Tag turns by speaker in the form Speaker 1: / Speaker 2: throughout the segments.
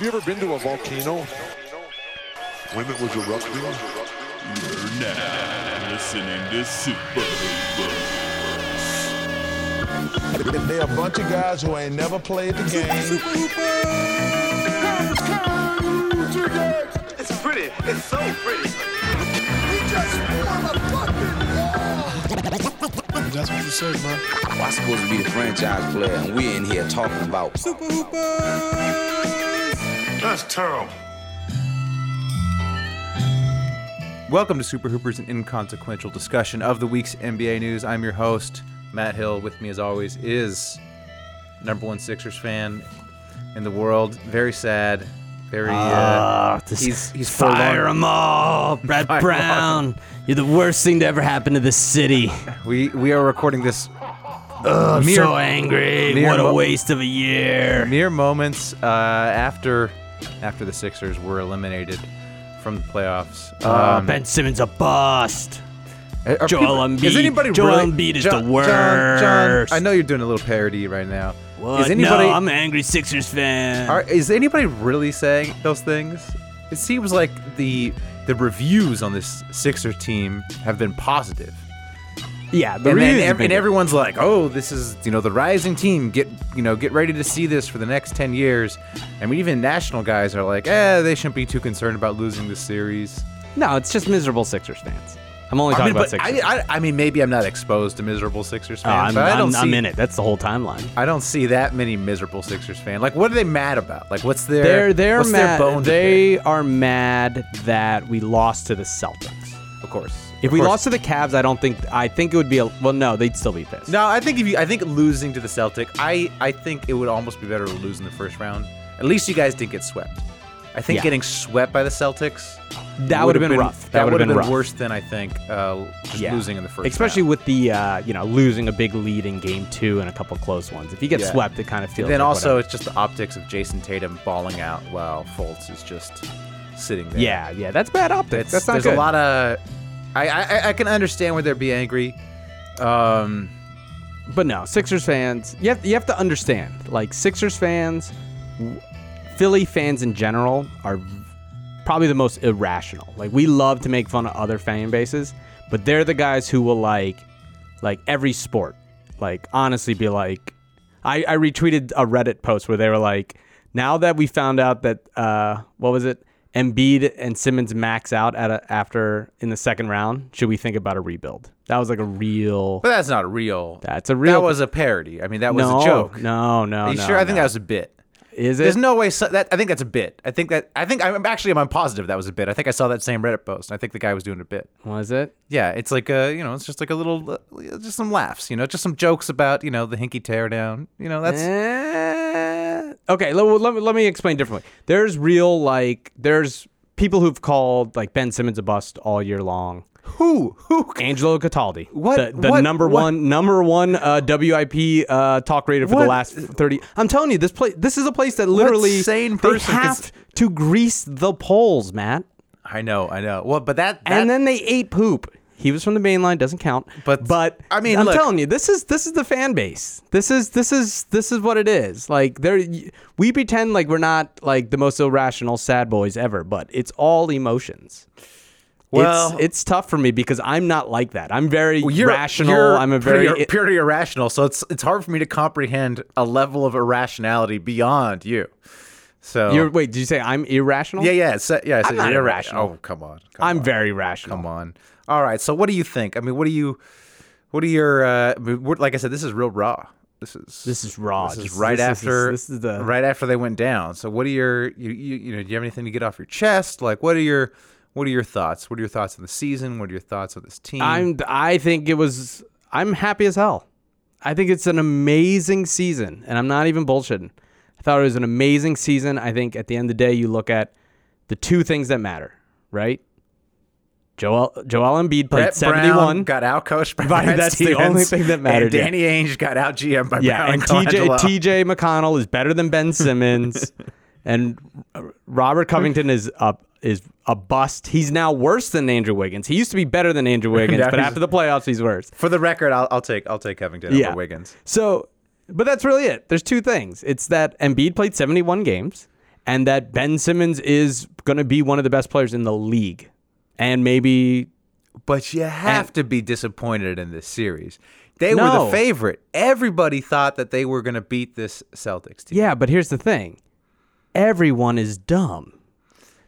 Speaker 1: you ever been to a volcano? When it was erupting?
Speaker 2: You're now listening to Super Hoopers.
Speaker 3: They a bunch of guys who ain't never played the game.
Speaker 4: It's pretty. It's so pretty.
Speaker 5: I'm supposed to be the franchise player, and we're in here talking about
Speaker 6: Welcome to Super Hoopers, an inconsequential discussion of the week's NBA news. I'm your host, Matt Hill. With me, as always, is number one Sixers fan in the world. Very sad. Very. Uh, he's he's
Speaker 7: fire
Speaker 6: forlorn.
Speaker 7: them all, Brett
Speaker 6: Fire 'em
Speaker 7: Brown. You're the worst thing to ever happen to this city.
Speaker 6: We we are recording this
Speaker 7: I'm
Speaker 6: Mere-
Speaker 7: so angry.
Speaker 6: mere
Speaker 7: What a
Speaker 6: mo-
Speaker 7: waste of a year.
Speaker 6: mere moments uh, after after the Sixers were eliminated from the playoffs.
Speaker 7: Uh,
Speaker 6: Um,
Speaker 7: ben Simmons a bust.
Speaker 6: Are- are
Speaker 7: Joel
Speaker 6: people- Is
Speaker 7: Embiid.
Speaker 6: anybody
Speaker 7: Joel
Speaker 6: really,
Speaker 7: Embiid is
Speaker 6: Jo-
Speaker 7: the
Speaker 6: John, John,
Speaker 7: worst.
Speaker 6: I know you're doing a little parody right now.
Speaker 7: What?
Speaker 6: Is anybody
Speaker 7: no, I'm an angry Sixers fan.
Speaker 6: are, is anybody really saying those things? It seems like the the reviews on this Sixers team have been positive.
Speaker 7: yeah, the
Speaker 6: and, then
Speaker 7: reason's
Speaker 6: ev-
Speaker 7: been
Speaker 6: and
Speaker 7: good.
Speaker 6: everyone's like, "Oh, this is you know the rising team. Get you know get ready to see this for the next ten years." I mean, even national guys are like, "Eh, they shouldn't be too concerned about losing this series."
Speaker 7: no, it's just miserable Sixers fans. I'm only
Speaker 6: I
Speaker 7: talking
Speaker 6: mean,
Speaker 7: about
Speaker 6: but
Speaker 7: Sixers.
Speaker 6: I, I, I mean, maybe I'm not exposed to miserable Sixers
Speaker 7: Oh,
Speaker 6: fans,
Speaker 7: I'm,
Speaker 6: but I don't
Speaker 7: I'm,
Speaker 6: see
Speaker 7: I'm in it. That's the whole timeline.
Speaker 6: I don't see that many miserable Sixers fan. Like, what are they mad about? Like, what's their
Speaker 7: They're they're
Speaker 6: what's Their
Speaker 7: mad.
Speaker 6: bone to
Speaker 7: they are mad that we lost to the Celtics.
Speaker 6: pick? of course.
Speaker 7: If
Speaker 6: Of
Speaker 7: we
Speaker 6: course.
Speaker 7: lost to the Cavs, I don't think I think it would be a well. No, they'd still be pissed.
Speaker 6: no, I think if you, I think losing to the Celtic, I I think it would almost be better to lose in the first round. At least you guys didn't get swept. I think
Speaker 7: Yeah.
Speaker 6: getting swept by the Celtics
Speaker 7: That
Speaker 6: would've
Speaker 7: would've been rough. That
Speaker 6: That
Speaker 7: would've
Speaker 6: would have been,
Speaker 7: been rough.
Speaker 6: worse than I think uh, just
Speaker 7: Yeah.
Speaker 6: losing in the first.
Speaker 7: especially
Speaker 6: round.
Speaker 7: with the uh, you know losing a big lead in game two and a couple close ones. If you get
Speaker 6: Yeah.
Speaker 7: swept, it kind of feels.
Speaker 6: Then
Speaker 7: like
Speaker 6: also,
Speaker 7: whatever.
Speaker 6: it's just the optics of Jason Tatum balling out while Fultz is just sitting there.
Speaker 7: yeah, yeah, that's bad
Speaker 6: It's,
Speaker 7: optics. That's not
Speaker 6: there's
Speaker 7: good.
Speaker 6: a lot of. I, I I can understand where they'd be angry. Um,
Speaker 7: but no, Sixers fans, you have you have to understand. Like Sixers fans, w- Philly fans in general are probably the most irrational. Like we love to make fun of other fan bases, but they're the guys who will like like every sport. Like honestly be like I, I retweeted a Reddit post where they were like, now that we found out that uh what was it? Embiid and Simmons max out at a, after in the second round, should we think about a rebuld? That was like a real
Speaker 6: but that's not real.
Speaker 7: That's a real-
Speaker 6: That was a parody. I mean, that was
Speaker 7: no,
Speaker 6: a joke.
Speaker 7: No, no,
Speaker 6: Are you
Speaker 7: no,
Speaker 6: sure? I think
Speaker 7: no.
Speaker 6: that was a bit.
Speaker 7: Is it?
Speaker 6: There's no way. So, that I think that's a bit. I think that I think I'm actually I'm positive that was a bit. I think I saw that same Reddit post. And I think the guy was doing a bit.
Speaker 7: Was it?
Speaker 6: Yeah, it's like a you know, it's just like a little, uh, just some laughs. You know, just some jokes about you know the hinky teardown. You know, that's
Speaker 7: Eh, okay. Let, well, let me let me explain differently. There's real like there's people who've called like Ben Simmons a bust all year long.
Speaker 6: who who
Speaker 7: Angelo Cataldi,
Speaker 6: What-
Speaker 7: the, the
Speaker 6: what-
Speaker 7: number
Speaker 6: what-
Speaker 7: one number one uh, WIP uh, talk rated for
Speaker 6: What-
Speaker 7: the last thirty. I'm telling you, this place this is a place that literally
Speaker 6: sane
Speaker 7: they
Speaker 6: person could
Speaker 7: have
Speaker 6: s-
Speaker 7: to grease the polls, Matt.
Speaker 6: I know, I know. Well, but that, that
Speaker 7: and then they ate poop. He was from the main line, doesn't count.
Speaker 6: But-
Speaker 7: but
Speaker 6: I mean,
Speaker 7: I'm
Speaker 6: look-
Speaker 7: telling you, this is this is the fan base. This is this is this is what it is. Like there, we pretend like we're not like the most irrational sad boys ever, but it's all emotions.
Speaker 6: Well-
Speaker 7: it's, it's tough for me because I'm not like that. I'm very
Speaker 6: Well, you're,
Speaker 7: rational.
Speaker 6: you're
Speaker 7: I'm a
Speaker 6: pretty-
Speaker 7: very
Speaker 6: purely, irrational, so it's it's hard for me to comprehend a level of irrationality beyond you. So
Speaker 7: You're, wait, did you say I'm irrational?
Speaker 6: yeah, yeah, so, yeah. so
Speaker 7: I'm not
Speaker 6: you're
Speaker 7: irrational.
Speaker 6: Oh, come on, come
Speaker 7: I'm
Speaker 6: on,
Speaker 7: very rational.
Speaker 6: Come on. All right. So what do you think? I mean, what do you, what are your? Uh, I mean, what, like I said, this is real raw. This is
Speaker 7: This is raw.
Speaker 6: This is
Speaker 7: This-
Speaker 6: right
Speaker 7: this is-
Speaker 6: after.
Speaker 7: this is the-
Speaker 6: right after they went down. So what are your? You, you you know? Do you have anything to get off your chest? Like what are your? What are your thoughts? What are your thoughts on the season? What are your thoughts on this team?
Speaker 7: I'm. I think it was. I'm happy as hell. I think it's an amazing season, and I'm not even bullshitting. I thought it was an amazing season. I think at the end of the day, you look at the two things that matter, right? Joel Joel Embiid played
Speaker 6: Brett
Speaker 7: 71.
Speaker 6: Brown got out coached by
Speaker 7: Right,
Speaker 6: Brad
Speaker 7: that's the
Speaker 6: Stevens,
Speaker 7: only thing that mattered,
Speaker 6: And
Speaker 7: yeah.
Speaker 6: Danny Ainge got out GM by
Speaker 7: yeah,
Speaker 6: Brown
Speaker 7: and TJ
Speaker 6: Colangelo.
Speaker 7: TJ McConnell is better than Ben Simmons, and Robert Covington is up is a bust. He's now worse than Andrew Wiggins. He used to be better than Andrew Wiggins,
Speaker 6: Now
Speaker 7: but
Speaker 6: he's-
Speaker 7: after the playoffs, he's worse.
Speaker 6: For the record, I'll, I'll take I'll take Covington over Wiggins.
Speaker 7: So, but that's really it. There's two things. It's that Embiid played 71 games, and that Ben Simmons is going to be one of the best players in the league, and maybe
Speaker 6: But you have to be disappointed in this series. They were
Speaker 7: No.
Speaker 6: the favorite. Everybody thought that they were going to beat this Celtics team.
Speaker 7: yeah. But here's the thing: everyone is dumb.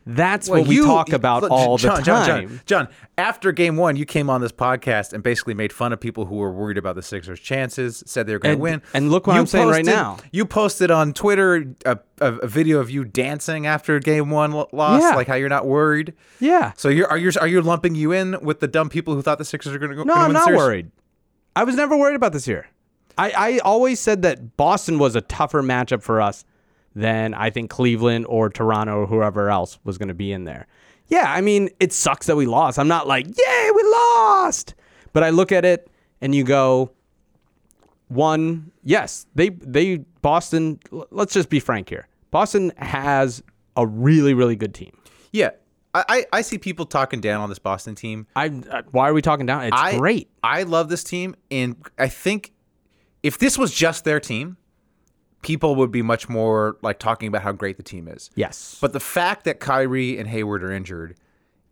Speaker 7: That's
Speaker 6: Well,
Speaker 7: what we
Speaker 6: you- e,
Speaker 7: talk about
Speaker 6: look,
Speaker 7: all
Speaker 6: John,
Speaker 7: the
Speaker 6: John,
Speaker 7: time.
Speaker 6: John, John, after game one, you came on this podcast and basically made fun of people who were worried about the Sixers' chances, said they were going to
Speaker 7: And-
Speaker 6: win.
Speaker 7: and look what
Speaker 6: You
Speaker 7: I'm saying right
Speaker 6: posted-
Speaker 7: now.
Speaker 6: You posted on Twitter a, a, a video of you dancing after game one lo- loss,
Speaker 7: Yeah.
Speaker 6: like how you're not worried.
Speaker 7: Yeah.
Speaker 6: So you're are you are you lumping you in with the dumb people who thought the Sixers are going to go?
Speaker 7: No,
Speaker 6: gonna
Speaker 7: I'm
Speaker 6: win the
Speaker 7: not
Speaker 6: series?
Speaker 7: worried. I was never worried about this year. I, I always said that Boston was a tougher matchup for us than I think Cleveland or Toronto or whoever else was going to be in there. Yeah, I mean, it sucks that we lost. I'm not like, yay, we lost. But I look at it and you go, one, yes, they they Boston. l- Let's just be frank here. Boston has a really really good team.
Speaker 6: Yeah, I, I I see people talking down on this Boston team.
Speaker 7: I, I why are we talking down? It's
Speaker 6: I,
Speaker 7: great.
Speaker 6: I love this team, and I think if this was just their team, people would be much more like talking about how great the team is.
Speaker 7: Yes,
Speaker 6: But the fact that Kyrie and Hayward are injured,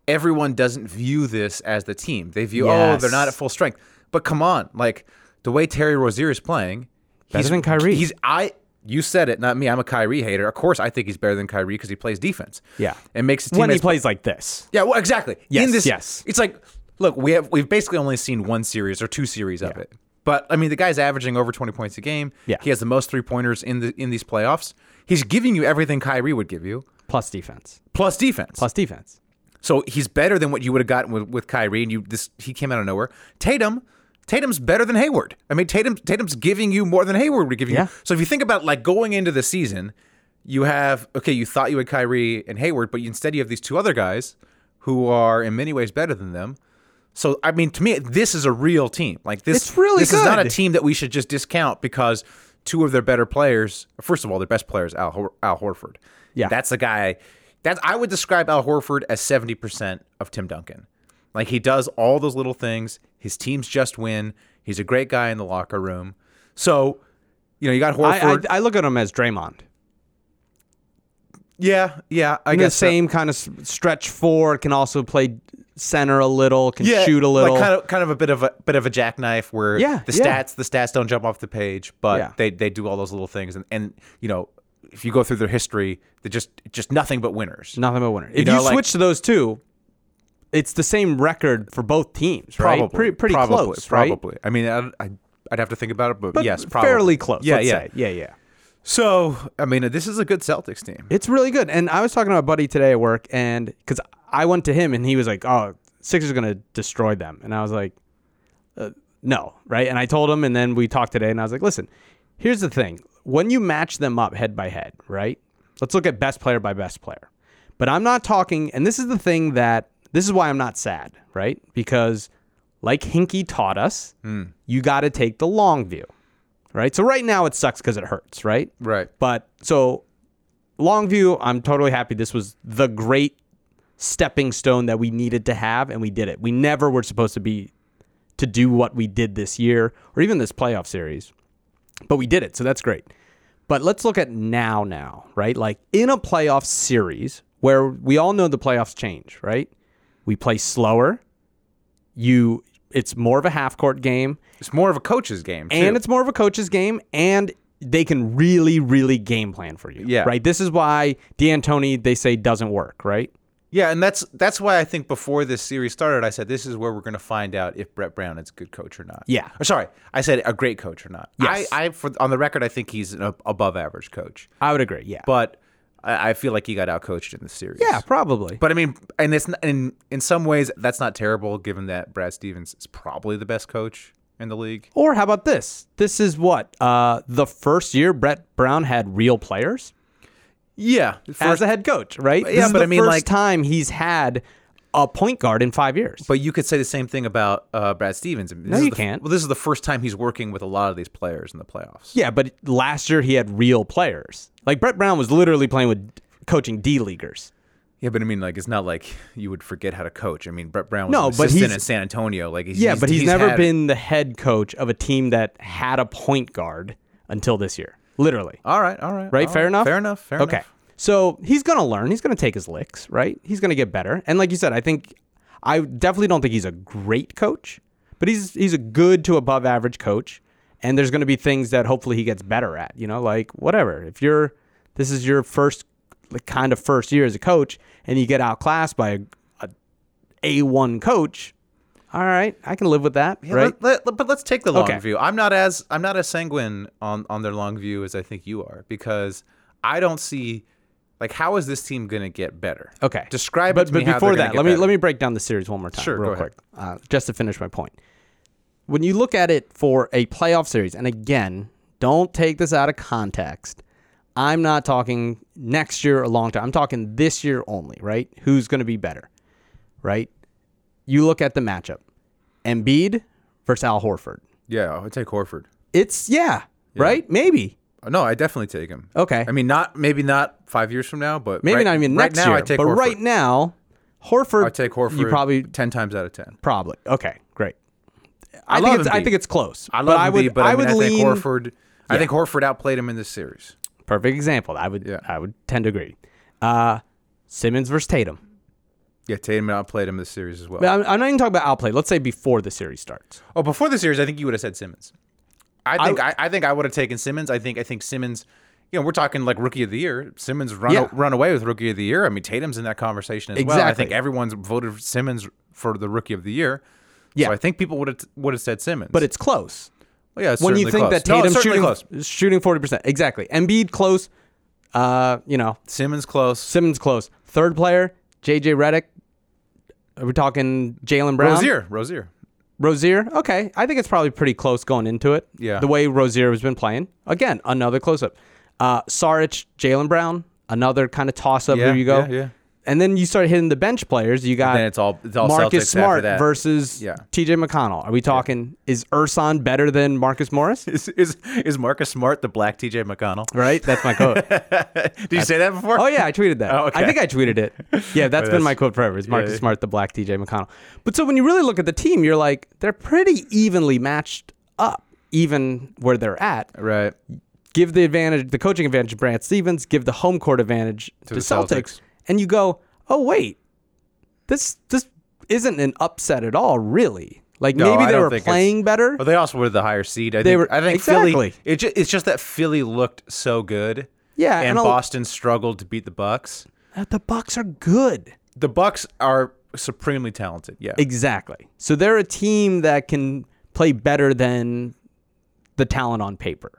Speaker 6: everyone doesn't view this as the team. They view, oh, they're
Speaker 7: Yes.
Speaker 6: not at full strength. But come on, like the way Terry Rozier is playing,
Speaker 7: Better
Speaker 6: he's
Speaker 7: than Kyrie.
Speaker 6: He's I. You said it, not me. I'm a Kyrie hater. Of course, I think he's better than Kyrie because he plays defense.
Speaker 7: Yeah.
Speaker 6: and makes his teammates
Speaker 7: when he plays like this.
Speaker 6: yeah, well, exactly.
Speaker 7: Yes,
Speaker 6: In this,
Speaker 7: yes.
Speaker 6: It's like, look, we have we've basically only seen one series or two series of it. But I mean, the guy's averaging over twenty points a game.
Speaker 7: Yeah.
Speaker 6: he has the most three pointers in the in these playoffs. He's giving you everything Kyrie would give you,
Speaker 7: plus defense.
Speaker 6: plus defense.
Speaker 7: Plus defense.
Speaker 6: So he's better than what you would have gotten with, with Kyrie. And you this he came out of nowhere. Tatum, Tatum's better than Hayward. I mean, Tatum Tatum's giving you more than Hayward would give you.
Speaker 7: Yeah.
Speaker 6: So if you think about like going into the season, you have okay, you thought you had Kyrie and Hayward, but you, instead you have these two other guys who are in many ways better than them. So I mean, to me, this is a real team. Like this,
Speaker 7: It's really
Speaker 6: this is not a
Speaker 7: good.
Speaker 6: team that we should just discount because two of their better players. First of all, their best player is Al, Hor- Al Horford.
Speaker 7: Yeah.
Speaker 6: that's a guy. That I would describe Al Horford as seventy percent of Tim Duncan. Like he does all those little things. His teams just win. He's a great guy in the locker room. So, you know, you got
Speaker 7: I, I,
Speaker 6: Horford.
Speaker 7: I look at him as Draymond.
Speaker 6: yeah, yeah. I
Speaker 7: In the
Speaker 6: guess so.
Speaker 7: same kind of s- stretch forward, can also play center a little, can
Speaker 6: yeah,
Speaker 7: shoot a little.
Speaker 6: Like kind of kind of a bit of a bit of a jackknife where
Speaker 7: Yeah,
Speaker 6: the
Speaker 7: yeah.
Speaker 6: stats the stats don't jump off the page, but
Speaker 7: Yeah.
Speaker 6: they they do all those little things and and you know if you go through their history, they're just just nothing but winners.
Speaker 7: Nothing but winner. If you,
Speaker 6: know, like-
Speaker 7: switch to those two, it's the same record for both teams, right?
Speaker 6: Probably,
Speaker 7: Pretty, pretty
Speaker 6: probably,
Speaker 7: close, right?
Speaker 6: Probably. I mean, I, I, I'd have to think about it, but,
Speaker 7: But
Speaker 6: yes, probably
Speaker 7: fairly close.
Speaker 6: Yeah,
Speaker 7: let's
Speaker 6: yeah,
Speaker 7: say. yeah, yeah.
Speaker 6: So I mean, this is a good Celtics team.
Speaker 7: It's really good. And I was talking to a buddy today at work, and because I went to him and he was like, "Oh, Sixers are gonna destroy them," and I was like, uh, "No, right?" And I told him, and then we talked today, and I was like, "Listen, here's the thing: when you match them up head by head, right? Let's look at best player by best player. But I'm not talking, and this is the thing that this is why I'm not sad, right? Because like Hinky taught us, you got to take the long view, right? So right now it sucks because it hurts, right?
Speaker 6: Right.
Speaker 7: But so Longview, I'm totally happy. This was the great stepping stone that we needed to have, and we did it. We never were supposed to be to do what we did this year or even this playoff series, but we did it. So that's great. But let's look at now, now, right? Like in a playoff series where we all know the playoffs change, right? We play slower. You, it's more of a half court game
Speaker 6: It's more of a coach's game, too.
Speaker 7: and it's more of a coach's game, and they can really, really game plan for you.
Speaker 6: Yeah.
Speaker 7: Right. This is why D'Antoni they say doesn't work. Right.
Speaker 6: yeah, and that's that's why I think before this series started, I said this is where we're going to find out if Brett Brown is a good coach or not.
Speaker 7: Yeah.
Speaker 6: Or, sorry, I said a great coach or not.
Speaker 7: Yes.
Speaker 6: I, I for, on the record, I think he's an ab- above average coach,
Speaker 7: I would agree. Yeah.
Speaker 6: but I, I feel like he got outcoached in the series.
Speaker 7: yeah, probably.
Speaker 6: But I mean, and it's n- in in some ways that's not terrible given that Brad Stevens is probably the best coach in the league.
Speaker 7: or how about this? This is what uh, the first year Brett Brown had real players
Speaker 6: Yeah.
Speaker 7: as a head coach. Right.
Speaker 6: yeah,
Speaker 7: this is
Speaker 6: but
Speaker 7: the
Speaker 6: I mean,
Speaker 7: first
Speaker 6: like-
Speaker 7: time he's had a point guard in five years.
Speaker 6: but you could say the same thing about uh, Brad Stevens. I mean, this
Speaker 7: No,
Speaker 6: is
Speaker 7: you
Speaker 6: the-
Speaker 7: can't.
Speaker 6: Well, this is the first time he's working with a lot of these players in the playoffs.
Speaker 7: yeah, but last year he had real players. Like Brett Brown was literally playing with coaching D leaguers.
Speaker 6: Yeah, but I mean, like, it's not like you would forget how to coach. I mean, Brett Brown was
Speaker 7: No,
Speaker 6: an
Speaker 7: but
Speaker 6: assistant
Speaker 7: he's-
Speaker 6: in San Antonio. Like, he's,
Speaker 7: Yeah, but he's, never
Speaker 6: had-
Speaker 7: been the head coach of a team that had a point guard until this year. Literally.
Speaker 6: All right, all right,
Speaker 7: Right?
Speaker 6: all
Speaker 7: fair enough?
Speaker 6: Oh, Fair enough. Fair
Speaker 7: okay.
Speaker 6: enough.
Speaker 7: So he's going to learn. He's going to take his licks, right? He's going to get better. And like you said, I think I definitely don't think he's a great coach, but he's he's a good to above average coach. And there's going to be things that hopefully he gets better at. You know, like whatever. If you're this is your first like kind of first year as a coach, and you get outclassed by a a one coach. All right, I can live with that,
Speaker 6: Yeah,
Speaker 7: right?
Speaker 6: let- let- but let's take the long
Speaker 7: Okay.
Speaker 6: view. I'm not as I'm not as sanguine on on their long view as I think you are because I don't see like how is this team going to get better?
Speaker 7: Okay.
Speaker 6: Describe
Speaker 7: but,
Speaker 6: it to
Speaker 7: but
Speaker 6: me how
Speaker 7: before
Speaker 6: they're gonna
Speaker 7: that,
Speaker 6: get
Speaker 7: let me
Speaker 6: better.
Speaker 7: let me break down the series one more time,
Speaker 6: Sure,
Speaker 7: real
Speaker 6: go ahead.
Speaker 7: quick, uh, just to finish my point. When you look at it for a playoff series, and again, don't take this out of context. I'm not talking next year or long term. I'm talking this year only, right? Who's going to be better, right? You look at the matchup: Embiid versus Al Horford.
Speaker 6: Yeah, I would take Horford.
Speaker 7: It's yeah, right? Maybe
Speaker 6: No, I definitely take him.
Speaker 7: Okay.
Speaker 6: I mean, not maybe not five years from now, but
Speaker 7: maybe
Speaker 6: right,
Speaker 7: not even
Speaker 6: right
Speaker 7: next
Speaker 6: now,
Speaker 7: year.
Speaker 6: I take
Speaker 7: but
Speaker 6: Horford.
Speaker 7: right now, Horford.
Speaker 6: I take Horford.
Speaker 7: You probably
Speaker 6: ten times out of ten.
Speaker 7: Probably. Okay, great. I,
Speaker 6: love
Speaker 7: think it's, I
Speaker 6: Embiid.
Speaker 7: think it's close.
Speaker 6: I love
Speaker 7: I
Speaker 6: Embiid,
Speaker 7: would,
Speaker 6: but I,
Speaker 7: I,
Speaker 6: mean,
Speaker 7: would
Speaker 6: I
Speaker 7: lean.
Speaker 6: think Horford. I think Horford outplayed him in this series.
Speaker 7: Perfect example. I would.
Speaker 6: Yeah.
Speaker 7: I would tend to agree. Uh, Simmons versus Tatum.
Speaker 6: Yeah, Tatum outplayed him this series as well.
Speaker 7: But I'm, I'm not even talking about outplay. Let's say before the series starts.
Speaker 6: Oh, before the series, I think you would have said Simmons. I think I, I think I would have taken Simmons. I think I think Simmons. You know, we're talking like rookie of the year. Simmons run
Speaker 7: Yeah.
Speaker 6: run away with rookie of the year. I mean, Tatum's in that conversation as well. I think
Speaker 7: Exactly.
Speaker 6: everyone's voted for Simmons for the rookie of the year.
Speaker 7: Yeah.
Speaker 6: So I think people would have would have said Simmons.
Speaker 7: But it's close.
Speaker 6: Well, yeah, it's
Speaker 7: when you
Speaker 6: certainly
Speaker 7: think
Speaker 6: close.
Speaker 7: that
Speaker 6: No, it's
Speaker 7: Tatum's
Speaker 6: certainly
Speaker 7: shooting
Speaker 6: close.
Speaker 7: shooting forty percent exactly. Embiid close. Uh, you know
Speaker 6: Simmons close.
Speaker 7: Simmons close. Third player JJ Redick. Are we talking Jalen Brown?
Speaker 6: Rozier, Rozier.
Speaker 7: Rozier, okay. I think it's probably pretty close going into it.
Speaker 6: Yeah.
Speaker 7: The way Rozier has been playing. Again, another close up. Uh, Saric, Jalen Brown, another kind of toss up
Speaker 6: Yeah,
Speaker 7: where you go.
Speaker 6: yeah, yeah.
Speaker 7: And then you start hitting the bench players. You got
Speaker 6: then it's all- it's all Celtics
Speaker 7: Marcus
Speaker 6: after
Speaker 7: Smart
Speaker 6: that.
Speaker 7: versus
Speaker 6: Yeah.
Speaker 7: TJ McConnell. Are we talking, is Urson better than Marcus Morris?
Speaker 6: Is, is is Marcus Smart the black TJ McConnell?
Speaker 7: Right? That's my quote.
Speaker 6: Did you say that before?
Speaker 7: Oh yeah, I tweeted that.
Speaker 6: Oh, okay.
Speaker 7: I think I tweeted it. Yeah, that's been
Speaker 6: that's-
Speaker 7: my quote forever. Is Marcus
Speaker 6: yeah.
Speaker 7: Smart the black DJ McConnell? But so when you really look at the team, you're like they're pretty evenly matched up, even where they're at.
Speaker 6: Right.
Speaker 7: Give the advantage, the coaching advantage to Brad Stevens. Give the home court advantage to,
Speaker 6: the
Speaker 7: Celtics.
Speaker 6: Celtics.
Speaker 7: and you go, oh wait, this this isn't an upset at all, really. Like
Speaker 6: No,
Speaker 7: maybe
Speaker 6: I
Speaker 7: they
Speaker 6: don't
Speaker 7: were
Speaker 6: think it's-
Speaker 7: playing better.
Speaker 6: But they also were the higher seed. I
Speaker 7: They
Speaker 6: think,
Speaker 7: were-
Speaker 6: I think Philly.
Speaker 7: exactly.
Speaker 6: It ju- it's just that Philly looked so good.
Speaker 7: Yeah,
Speaker 6: and,
Speaker 7: and a-
Speaker 6: Boston struggled to beat the Bucks.
Speaker 7: Uh, The Bucks are good.
Speaker 6: The Bucks are supremely talented. Yeah,
Speaker 7: Exactly. So they're a team that can play better than the talent on paper,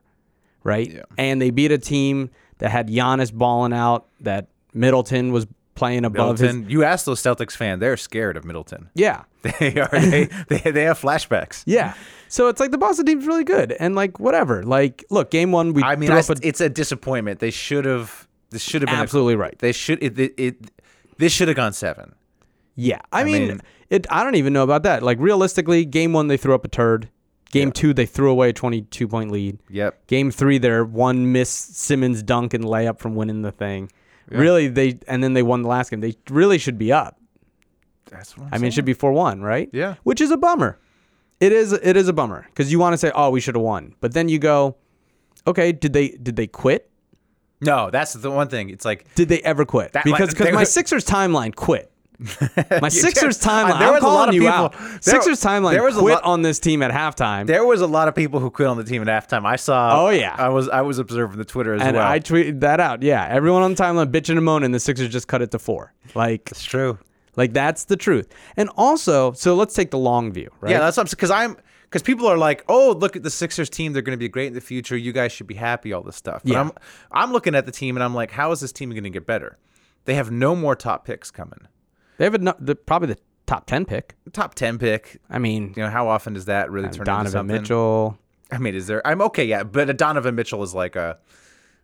Speaker 7: right?
Speaker 6: Yeah.
Speaker 7: And they beat a team that had Giannis balling out, that Middleton was playing above his.
Speaker 6: Middleton. you ask those Celtics fan, they're scared of Middleton.
Speaker 7: Yeah.
Speaker 6: They are. They, they they have flashbacks.
Speaker 7: Yeah. So it's like the Boston team's really good. And like, whatever. Like, look, game one, we
Speaker 6: I mean,
Speaker 7: threw
Speaker 6: I,
Speaker 7: up a-
Speaker 6: it's a disappointment. They should have. This should have been a-
Speaker 7: Absolutely right.
Speaker 6: They should. It, it, it this should have gone seven.
Speaker 7: Yeah, I, mean,
Speaker 6: mean-
Speaker 7: it. I don't even know about that. Like realistically, game one they threw up a turd. Game two they threw away a twenty-two point lead.
Speaker 6: Yep.
Speaker 7: Game three their one miss Simmons dunk and layup from winning the thing. Really, they and then they won the last game. They really should be up.
Speaker 6: That's what
Speaker 7: I mean, it should be four-one, right?
Speaker 6: Yeah.
Speaker 7: Which is a bummer. It is. It is a bummer because you want to say, "Oh, we should have won," but then you go, "Okay, did they did they quit?
Speaker 6: No, that's the one thing. It's like
Speaker 7: Did they ever quit?"
Speaker 6: That-
Speaker 7: because
Speaker 6: like,
Speaker 7: because
Speaker 6: they
Speaker 7: my
Speaker 6: were-
Speaker 7: Sixers timeline quit. My Sixers timeline.
Speaker 6: There
Speaker 7: I'm
Speaker 6: was a lot
Speaker 7: calling
Speaker 6: of
Speaker 7: you
Speaker 6: people-
Speaker 7: out.
Speaker 6: there-
Speaker 7: Sixers timeline
Speaker 6: there was a
Speaker 7: quit
Speaker 6: lot-
Speaker 7: on this team at halftime,
Speaker 6: There was a lot of people who quit on the team at halftime. I saw.
Speaker 7: Oh, yeah.
Speaker 6: I was I was observing the Twitter as
Speaker 7: and
Speaker 6: well.
Speaker 7: I tweeted that out. Yeah, everyone on the timeline bitching and moaning. The Sixers just cut it to four. Like,
Speaker 6: it's true.
Speaker 7: like that's the truth. And also, so let's take the long view, right?
Speaker 6: Yeah, that's what I'm because I'm because people are like, oh, look at the Sixers team. They're going to be great in the future. You guys should be happy. All this stuff. But
Speaker 7: Yeah.
Speaker 6: I'm I'm looking at the team and I'm like, how is this team going to get better? They have no more top picks coming.
Speaker 7: they have a, nu- the, probably the top ten pick.
Speaker 6: Top ten pick.
Speaker 7: I mean,
Speaker 6: You know how often does that really turn into
Speaker 7: Donovan
Speaker 6: something?
Speaker 7: Mitchell.
Speaker 6: I mean, is there? I'm okay, yeah, but a Donovan Mitchell is like a,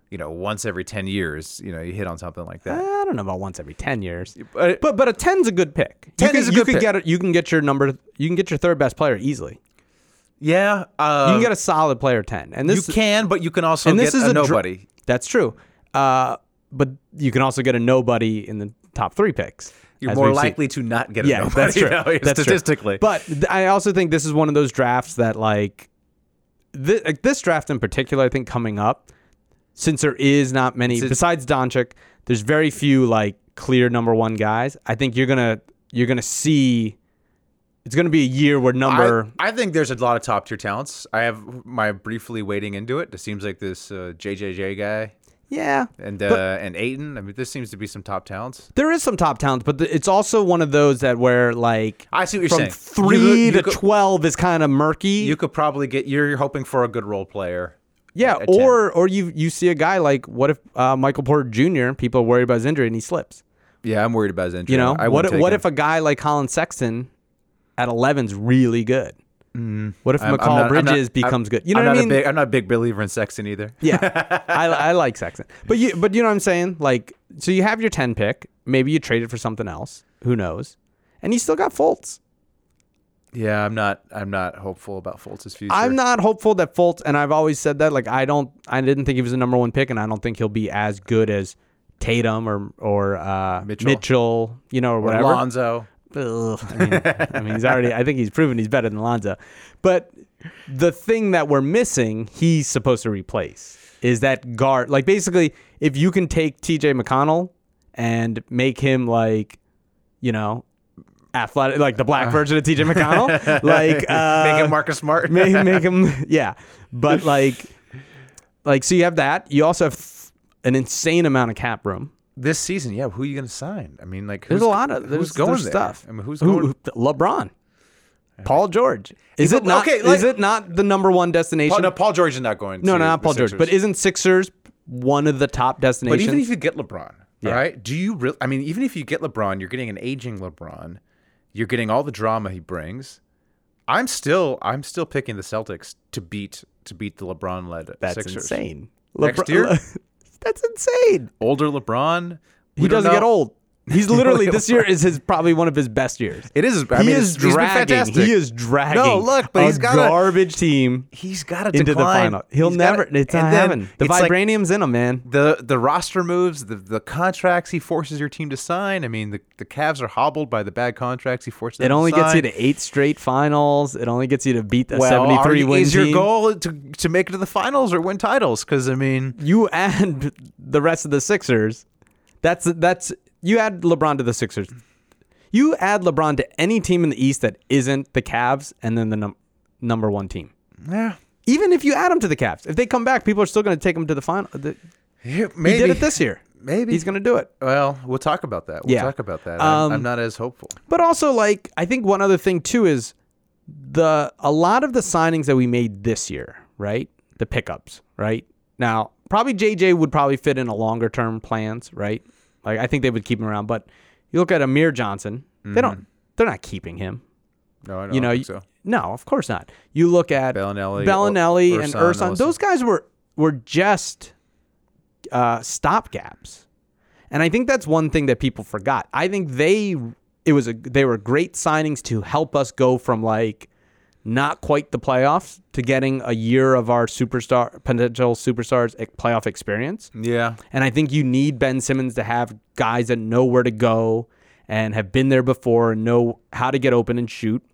Speaker 6: you know, once every ten years, you know, you hit on something like that.
Speaker 7: I don't know about once every ten years,
Speaker 6: But-
Speaker 7: but but, a ten's a good pick.
Speaker 6: 10
Speaker 7: you can,
Speaker 6: is a
Speaker 7: you
Speaker 6: good
Speaker 7: could
Speaker 6: pick.
Speaker 7: Get a, you can get your number. You can get your third best player easily.
Speaker 6: yeah, uh,
Speaker 7: You can get a solid player ten, and
Speaker 6: you
Speaker 7: this
Speaker 6: can, but you can also
Speaker 7: and
Speaker 6: get
Speaker 7: this is
Speaker 6: a,
Speaker 7: a dr-
Speaker 6: nobody.
Speaker 7: That's true. Uh, but you can also get a nobody in the top three picks.
Speaker 6: You're
Speaker 7: as
Speaker 6: more
Speaker 7: we've seen.
Speaker 6: likely to not get a
Speaker 7: Yeah,
Speaker 6: nobody.
Speaker 7: that's true.
Speaker 6: now,
Speaker 7: That's true.
Speaker 6: statistically.
Speaker 7: But th- I also think this is one of those drafts that, like, thi- like, this draft in particular, I think coming up, since there is not many
Speaker 6: Since-
Speaker 7: besides Doncic, there's very few like clear number one guys. I think you're gonna you're gonna see it's gonna be a year where number
Speaker 6: I, I think there's a lot of top tier talents. I have my briefly wading into it. It seems like this uh, JJJ guy
Speaker 7: yeah
Speaker 6: and uh,
Speaker 7: But-
Speaker 6: and Aiton. I mean, this seems to be some top talents.
Speaker 7: there is some top talent, but the, it's also one of those that where like
Speaker 6: I see what you're
Speaker 7: from
Speaker 6: saying.
Speaker 7: three
Speaker 6: You could- you
Speaker 7: to
Speaker 6: could-
Speaker 7: twelve is kind of murky.
Speaker 6: You could probably get. You're hoping for a good role player.
Speaker 7: yeah,
Speaker 6: at 10.
Speaker 7: or or you you see a guy like what if uh, Michael Porter Jr. People are worried about his injury and he slips.
Speaker 6: Yeah, I'm worried about his injury.
Speaker 7: You know
Speaker 6: I wouldn't
Speaker 7: what? If,
Speaker 6: take
Speaker 7: what
Speaker 6: him.
Speaker 7: if a guy like Colin Sexton at 11's really good? What if
Speaker 6: Mm. I'm- I'm
Speaker 7: McCall
Speaker 6: not- I'm not-
Speaker 7: Bridges
Speaker 6: I'm-
Speaker 7: becomes good? You know
Speaker 6: I'm
Speaker 7: what I
Speaker 6: not a
Speaker 7: mean?
Speaker 6: big- I'm not a big believer in Sexton either.
Speaker 7: yeah, I, I like Sexton, but you but you know what I'm saying? Like, so you have your 10 pick. Maybe you trade it for something else. Who knows? And you still got Fultz.
Speaker 6: Yeah, I'm not. I'm not hopeful about Fultz's future.
Speaker 7: I'm not hopeful that Fultz, and I've always said that. Like I don't, I didn't think he was the number one pick, and I don't think he'll be as good as Tatum or or uh,
Speaker 6: Mitchell.
Speaker 7: Mitchell. you know, or
Speaker 6: Or
Speaker 7: whatever.
Speaker 6: Lonzo.
Speaker 7: Ugh, I, mean, I mean, he's already. I think he's proven he's better than Lonzo. But the thing that we're missing, he's supposed to replace, is that guard. Like basically, if you can take T.J. McConnell and make him like, you know, athletic, like the black version of T.J. McConnell, like uh,
Speaker 6: Uh. Make him Marcus Smart.
Speaker 7: make, make him yeah but like like so you have that you also have th- an insane amount of cap room
Speaker 6: this season, yeah. Who are you going to sign? I mean, like,
Speaker 7: there's
Speaker 6: who's-
Speaker 7: a lot of there's,
Speaker 6: who's going
Speaker 7: there's
Speaker 6: there?
Speaker 7: stuff
Speaker 6: I mean, who's
Speaker 7: Who-
Speaker 6: going?
Speaker 7: who- lebron paul george is it
Speaker 6: Even-
Speaker 7: not
Speaker 6: okay,
Speaker 7: is
Speaker 6: like-
Speaker 7: it not the number one destination
Speaker 6: Paul, no, Paul George is not going.
Speaker 7: no,
Speaker 6: to
Speaker 7: no, not
Speaker 6: the
Speaker 7: paul george
Speaker 6: Sixers.
Speaker 7: but isn't sixers one of the top
Speaker 6: But
Speaker 7: destinations
Speaker 6: even if you get LeBron,
Speaker 7: Yeah.
Speaker 6: all right, do you really? I mean, even if you get LeBron, you're getting an aging LeBron. You're getting all the drama he brings. I'm still, I'm still picking the Celtics to beat to beat the LeBron led
Speaker 7: that's
Speaker 6: Sixers.
Speaker 7: insane
Speaker 6: Next year?
Speaker 7: that's insane
Speaker 6: Older LeBron, we
Speaker 7: he
Speaker 6: don't
Speaker 7: doesn't
Speaker 6: know-
Speaker 7: get old he's literally this year is his probably one of his best years
Speaker 6: It is. I
Speaker 7: he
Speaker 6: mean,
Speaker 7: is
Speaker 6: it's- he's been
Speaker 7: dragging.
Speaker 6: fantastic.
Speaker 7: He is dragging.
Speaker 6: No, look, but
Speaker 7: a
Speaker 6: he's got a-
Speaker 7: garbage team
Speaker 6: He's got to
Speaker 7: into the final. He'll never. it's not happening. The vibranium's in him, man.
Speaker 6: the the roster moves, the the contracts he forces your team to sign. I mean, the the Cavs are hobbled by the bad contracts he forces.
Speaker 7: It
Speaker 6: them
Speaker 7: only
Speaker 6: to
Speaker 7: gets
Speaker 6: sign.
Speaker 7: you to eight straight finals. It only gets you to beat the
Speaker 6: well, are
Speaker 7: 73
Speaker 6: you-
Speaker 7: win
Speaker 6: is
Speaker 7: team.
Speaker 6: your goal to to make it to the finals or win titles? Because I mean,
Speaker 7: You add the rest of the Sixers. That's that's you add LeBron to the Sixers. You add LeBron to any team in the East that isn't the Cavs, and then the num- number one team.
Speaker 6: yeah,
Speaker 7: Even if you add them to the Cavs, if they come back, people are still going to take them to the final. The,
Speaker 6: yeah,
Speaker 7: he
Speaker 6: maybe
Speaker 7: did it this year.
Speaker 6: Maybe.
Speaker 7: he's going to do it.
Speaker 6: Well, we'll talk about that. We'll
Speaker 7: Yeah.
Speaker 6: talk about that. I'm,
Speaker 7: Um,
Speaker 6: I'm not as hopeful.
Speaker 7: But also, like, I think one other thing too is the a lot of the signings that we made this year, right? The pickups, right? Now, probably JJ would probably fit in a longer term plans, right? Like, I think they would keep him around. But you look at Amir Johnson, they don't, they're not keeping him.
Speaker 6: No, I don't
Speaker 7: You know,
Speaker 6: think
Speaker 7: you-
Speaker 6: so.
Speaker 7: no, of course not. You look at
Speaker 6: Bellinelli,
Speaker 7: Bellinelli
Speaker 6: Ur-
Speaker 7: and
Speaker 6: Ursan,
Speaker 7: Ursan.
Speaker 6: Ellison.
Speaker 7: Those guys were were just uh, stopgaps, and I think that's one thing that people forgot. I think they it was a they were great signings to help us go from like not quite the playoffs to getting a year of our superstar potential superstars e- playoff experience.
Speaker 6: Yeah,
Speaker 7: And I think you need Ben Simmons to have guys that know where to go and have been there before and know how to get open and shoot.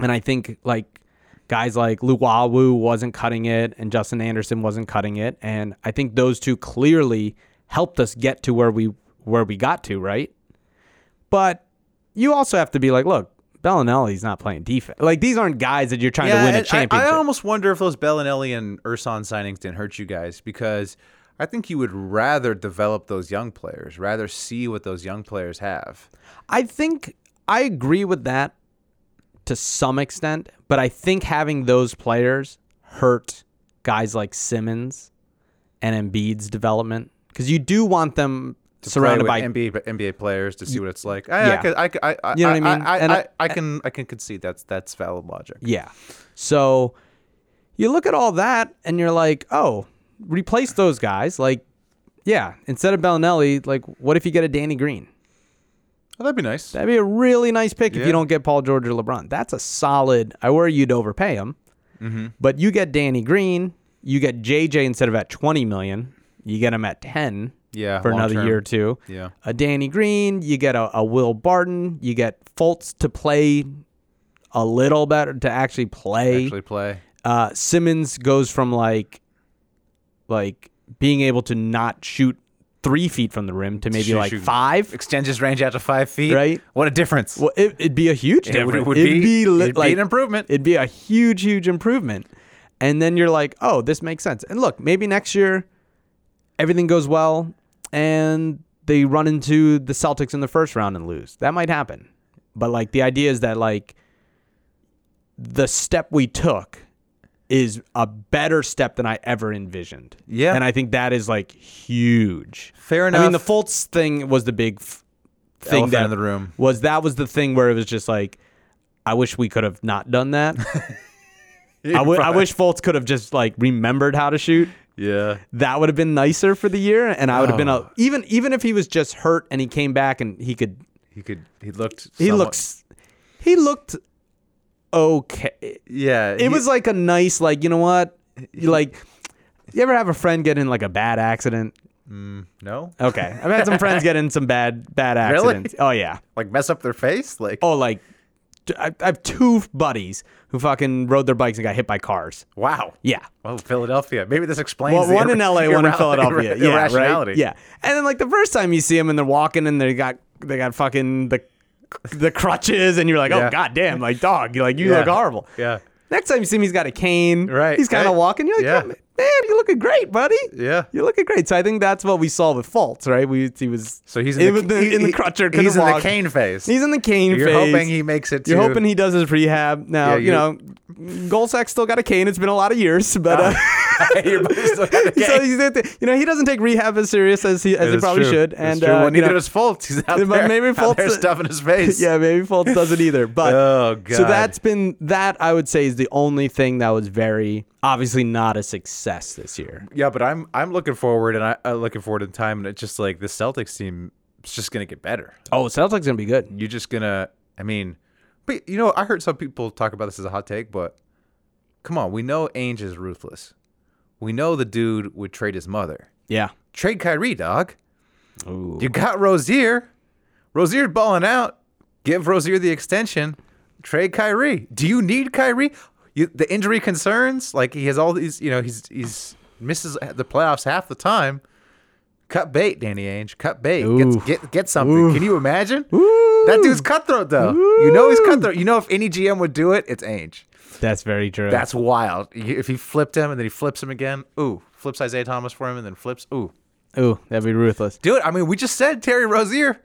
Speaker 7: And I think like guys like Luwawu wasn't cutting it and Justin Anderson wasn't cutting it. And I think those two clearly helped us get to where we where we got to, right? But you also have to be like, look, Bellinelli's not playing defense. Like these aren't guys that you're trying to win
Speaker 6: and
Speaker 7: a
Speaker 6: I-
Speaker 7: championship.
Speaker 6: I, almost wonder if those Bellinelli and Urson signings didn't hurt you guys because I think you would rather develop those young players, rather see what those young players have.
Speaker 7: I think I agree with that to some extent, but I think having those players hurt guys like Simmons and Embiid's development because you do want them surrounded by
Speaker 6: Play with NBA, but NBA players to see what it's like. I,
Speaker 7: Yeah.
Speaker 6: I, can- I, can- I, I,
Speaker 7: You know what I mean?
Speaker 6: I,
Speaker 7: And
Speaker 6: I,
Speaker 7: I-
Speaker 6: I, can I can concede that's that's valid logic.
Speaker 7: yeah. So you look at all that and you're like, oh, replace those guys. Like, yeah, instead of Bellinelli, like, what if you get a Danny Green?
Speaker 6: Well, Oh, that'd be nice.
Speaker 7: That'd be a really nice pick if you
Speaker 6: Yeah.
Speaker 7: don't get Paul George or LeBron. That's a solid. I worry you'd overpay him,
Speaker 6: Mm-hmm.
Speaker 7: but you get Danny Green, you get JJ instead of at twenty million, you get him at ten.
Speaker 6: Yeah,
Speaker 7: for
Speaker 6: long
Speaker 7: another
Speaker 6: term.
Speaker 7: year or two.
Speaker 6: Yeah.
Speaker 7: a Danny Green, you get a, a Will Barton, you get Fultz to play a little better to actually play.
Speaker 6: Actually, play.
Speaker 7: Uh, Simmons goes from like like being able to not shoot three feet from the rim to maybe
Speaker 6: Shoot,
Speaker 7: like
Speaker 6: shoot.
Speaker 7: five.
Speaker 6: Extends his range out to five feet.
Speaker 7: Right.
Speaker 6: What a difference.
Speaker 7: Well, it, it'd be a huge
Speaker 6: It would-
Speaker 7: difference.
Speaker 6: it would be-
Speaker 7: li-
Speaker 6: it'd be an improvement.
Speaker 7: It'd be a huge, huge improvement. And then you're like, oh, this makes sense. And look, maybe next year everything goes well and they run into the Celtics in the first round and lose. That might happen. But like the idea is that like the step we took is a better step than I ever envisioned.
Speaker 6: Yeah.
Speaker 7: And I think that is like huge.
Speaker 6: Fair
Speaker 7: I mean, the
Speaker 6: enough.
Speaker 7: Fultz thing was the big f- thing
Speaker 6: Elephant
Speaker 7: that
Speaker 6: in the room.
Speaker 7: was that was the thing where it was just like, I wish we could have not done that. I, w- I wish Fultz could have just like remembered how to shoot.
Speaker 6: Yeah.
Speaker 7: That would have been nicer for the year, and I would have been
Speaker 6: Oh.
Speaker 7: a even even if he was just hurt and he came back and he could
Speaker 6: He could. He looked.
Speaker 7: he
Speaker 6: somewhat-
Speaker 7: looks he looked okay.
Speaker 6: Yeah.
Speaker 7: It was like a nice like you know what you like. You ever have a friend get in like a bad accident?
Speaker 6: no.
Speaker 7: Okay, I've had some friends get in some bad bad accidents. Oh yeah.
Speaker 6: Like mess up their face. Like
Speaker 7: Oh, like t- I, I have two buddies who fucking rode their bikes and got hit by cars.
Speaker 6: wow.
Speaker 7: Yeah.
Speaker 6: Oh, Philadelphia. Maybe this explains.
Speaker 7: Well,
Speaker 6: the
Speaker 7: one in
Speaker 6: irra-
Speaker 7: LA, one in
Speaker 6: irra-
Speaker 7: Philadelphia.
Speaker 6: irra-
Speaker 7: Yeah,
Speaker 6: irrationality.
Speaker 7: right. Yeah, and then like the first time you see them and they're walking and they got they got fucking the the crutches and you're like,
Speaker 6: Yeah.
Speaker 7: oh goddamn, like dog, you're like you
Speaker 6: Yeah.
Speaker 7: look horrible.
Speaker 6: Yeah.
Speaker 7: Next time you see him, he's got a cane.
Speaker 6: Right,
Speaker 7: He's kind of
Speaker 6: right.
Speaker 7: walking. You're like,
Speaker 6: Yeah.
Speaker 7: yeah. man, you're looking great, buddy.
Speaker 6: Yeah.
Speaker 7: You're looking great. So I think that's what we saw with Fultz, right? We he was
Speaker 6: So he's in, the,
Speaker 7: in the crutcher. couldn't
Speaker 6: He's in the
Speaker 7: walk.
Speaker 6: cane phase.
Speaker 7: He's in the cane
Speaker 6: You're
Speaker 7: phase.
Speaker 6: hoping he makes it.
Speaker 7: You're
Speaker 6: to-
Speaker 7: hoping he does his rehab. Now,
Speaker 6: Yeah,
Speaker 7: you,
Speaker 6: you-
Speaker 7: know, Golsack's still got a cane. It's been a lot of years, but uh,
Speaker 6: Your buddy's still got a
Speaker 7: so
Speaker 6: cane.
Speaker 7: he's, you know, he doesn't take rehab as serious as he as he
Speaker 6: It's
Speaker 7: probably
Speaker 6: true.
Speaker 7: should.
Speaker 6: It's
Speaker 7: And
Speaker 6: true.
Speaker 7: uh,
Speaker 6: well,
Speaker 7: you
Speaker 6: neither
Speaker 7: know,
Speaker 6: does Fultz. He's out
Speaker 7: but
Speaker 6: there.
Speaker 7: maybe
Speaker 6: out there
Speaker 7: Fultz-
Speaker 6: stuffing his face.
Speaker 7: yeah, maybe Fultz doesn't either. But
Speaker 6: Oh,
Speaker 7: so
Speaker 6: God.
Speaker 7: that's been that I would say is the only thing that was very obviously not a success this year.
Speaker 6: yeah. But I'm I'm looking forward, and I I'm looking forward to the time, and it's just like the Celtics team is just gonna get better.
Speaker 7: Oh, Celtics gonna be good.
Speaker 6: You're just gonna. I mean, but you know, I heard some people talk about this as a hot take, but come on, we know Ainge is ruthless. We know the dude would trade his mother.
Speaker 7: Yeah.
Speaker 6: Trade Kyrie, dog.
Speaker 7: Ooh.
Speaker 6: You got Rozier. Rozier's balling out. Give Rozier the extension. Trade Kyrie. Do you need Kyrie? You, the injury concerns, like he has all these, you know, he's he's misses the playoffs half the time. Cut bait, Danny Ainge. Cut bait.
Speaker 7: Oof.
Speaker 6: Get, get get something. Can you imagine?
Speaker 7: Ooh.
Speaker 6: That dude's cutthroat though. You know he's cutthroat. You know if any GM would do it, it's Ainge.
Speaker 7: That's very true.
Speaker 6: That's wild. You- If he flipped him and then he flips him again, ooh, flips Isaiah Thomas for him and then flips, ooh,
Speaker 7: ooh, that'd be ruthless.
Speaker 6: do it. I mean, we just said Terry Rozier.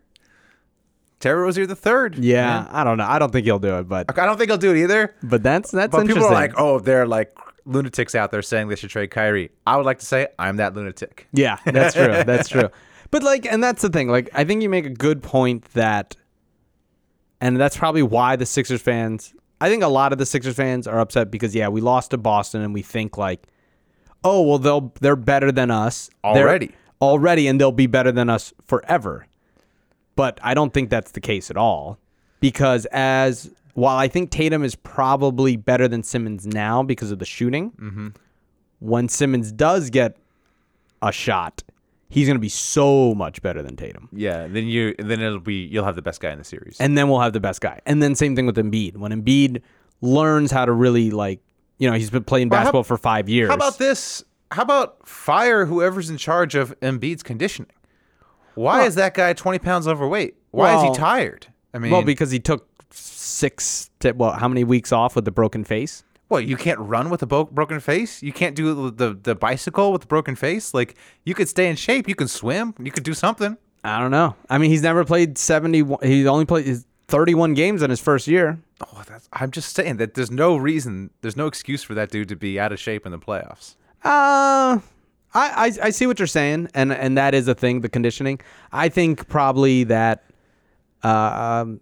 Speaker 6: Terry Rozier the third.
Speaker 7: Yeah, I don't know. I don't think he'll do it, but
Speaker 6: I don't think he'll do it either.
Speaker 7: but that's that's
Speaker 6: But
Speaker 7: interesting.
Speaker 6: people are like, oh, they're like lunatics out there saying they should trade Kyrie. I would like to say I'm that lunatic.
Speaker 7: Yeah, that's true. That's true. But like, and that's the thing. Like, I think you make a good point that, and that's probably why the Sixers fans. I think a lot of the Sixers fans are upset because yeah, we lost to Boston, and we think like, oh well, they'll they're better than us They're-
Speaker 6: Already.
Speaker 7: already, and they'll be better than us forever. But I don't think that's the case at all, because as while I think Tatum is probably better than Simmons now because of the shooting, when Simmons does get a shot, he's going to be so much better than Tatum.
Speaker 6: Yeah. Then you then it'll be you'll have the best guy in the series.
Speaker 7: And then we'll have the best guy. And then same thing with Embiid. When Embiid learns how to really like, you know, he's been playing
Speaker 6: how-
Speaker 7: basketball for five years.
Speaker 6: How about this? How about fire whoever's in charge of Embiid's conditioning? Why
Speaker 7: Well-
Speaker 6: is that guy 20 pounds overweight? Why is
Speaker 7: Well-
Speaker 6: he tired? I mean,
Speaker 7: well, because he took six, to, well, how many weeks off with the broken face?
Speaker 6: what, you can't run with a bo- broken face? You can't do the, the, the bicycle with a broken face? Like, you could stay in shape. You can swim. You could do something.
Speaker 7: I don't know. I mean, he's never played 71. He's only played his 31 games in his first year.
Speaker 6: Oh, that's, I'm just saying that there's no reason, there's no excuse for that dude to be out of shape in the playoffs.
Speaker 7: Uh I, I I see what you're saying, and and that is a thing. The conditioning. I think probably that, um,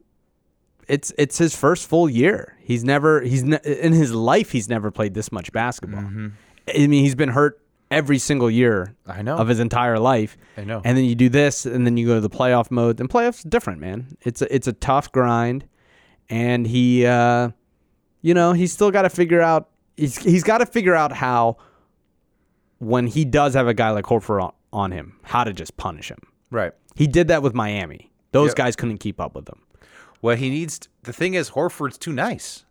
Speaker 7: it's it's his first full year. He's never he's ne- in his life he's never played this much basketball. I mean, he's been hurt every single year.
Speaker 6: Mm-hmm. I know.
Speaker 7: of his entire life.
Speaker 6: I know.
Speaker 7: And then you do this, and then you go to the playoff mode. And playoffs is different, man. It's a, it's a tough grind, and he. Uh, you know, he's still got to figure out. He's he's got to figure out how, when he does have a guy like Horford on, on him, how to just punish him.
Speaker 6: Right.
Speaker 7: He did that with Miami. Those
Speaker 6: Yep.
Speaker 7: guys couldn't keep up with him.
Speaker 6: Well, he needs. The thing is, Horford's too nice.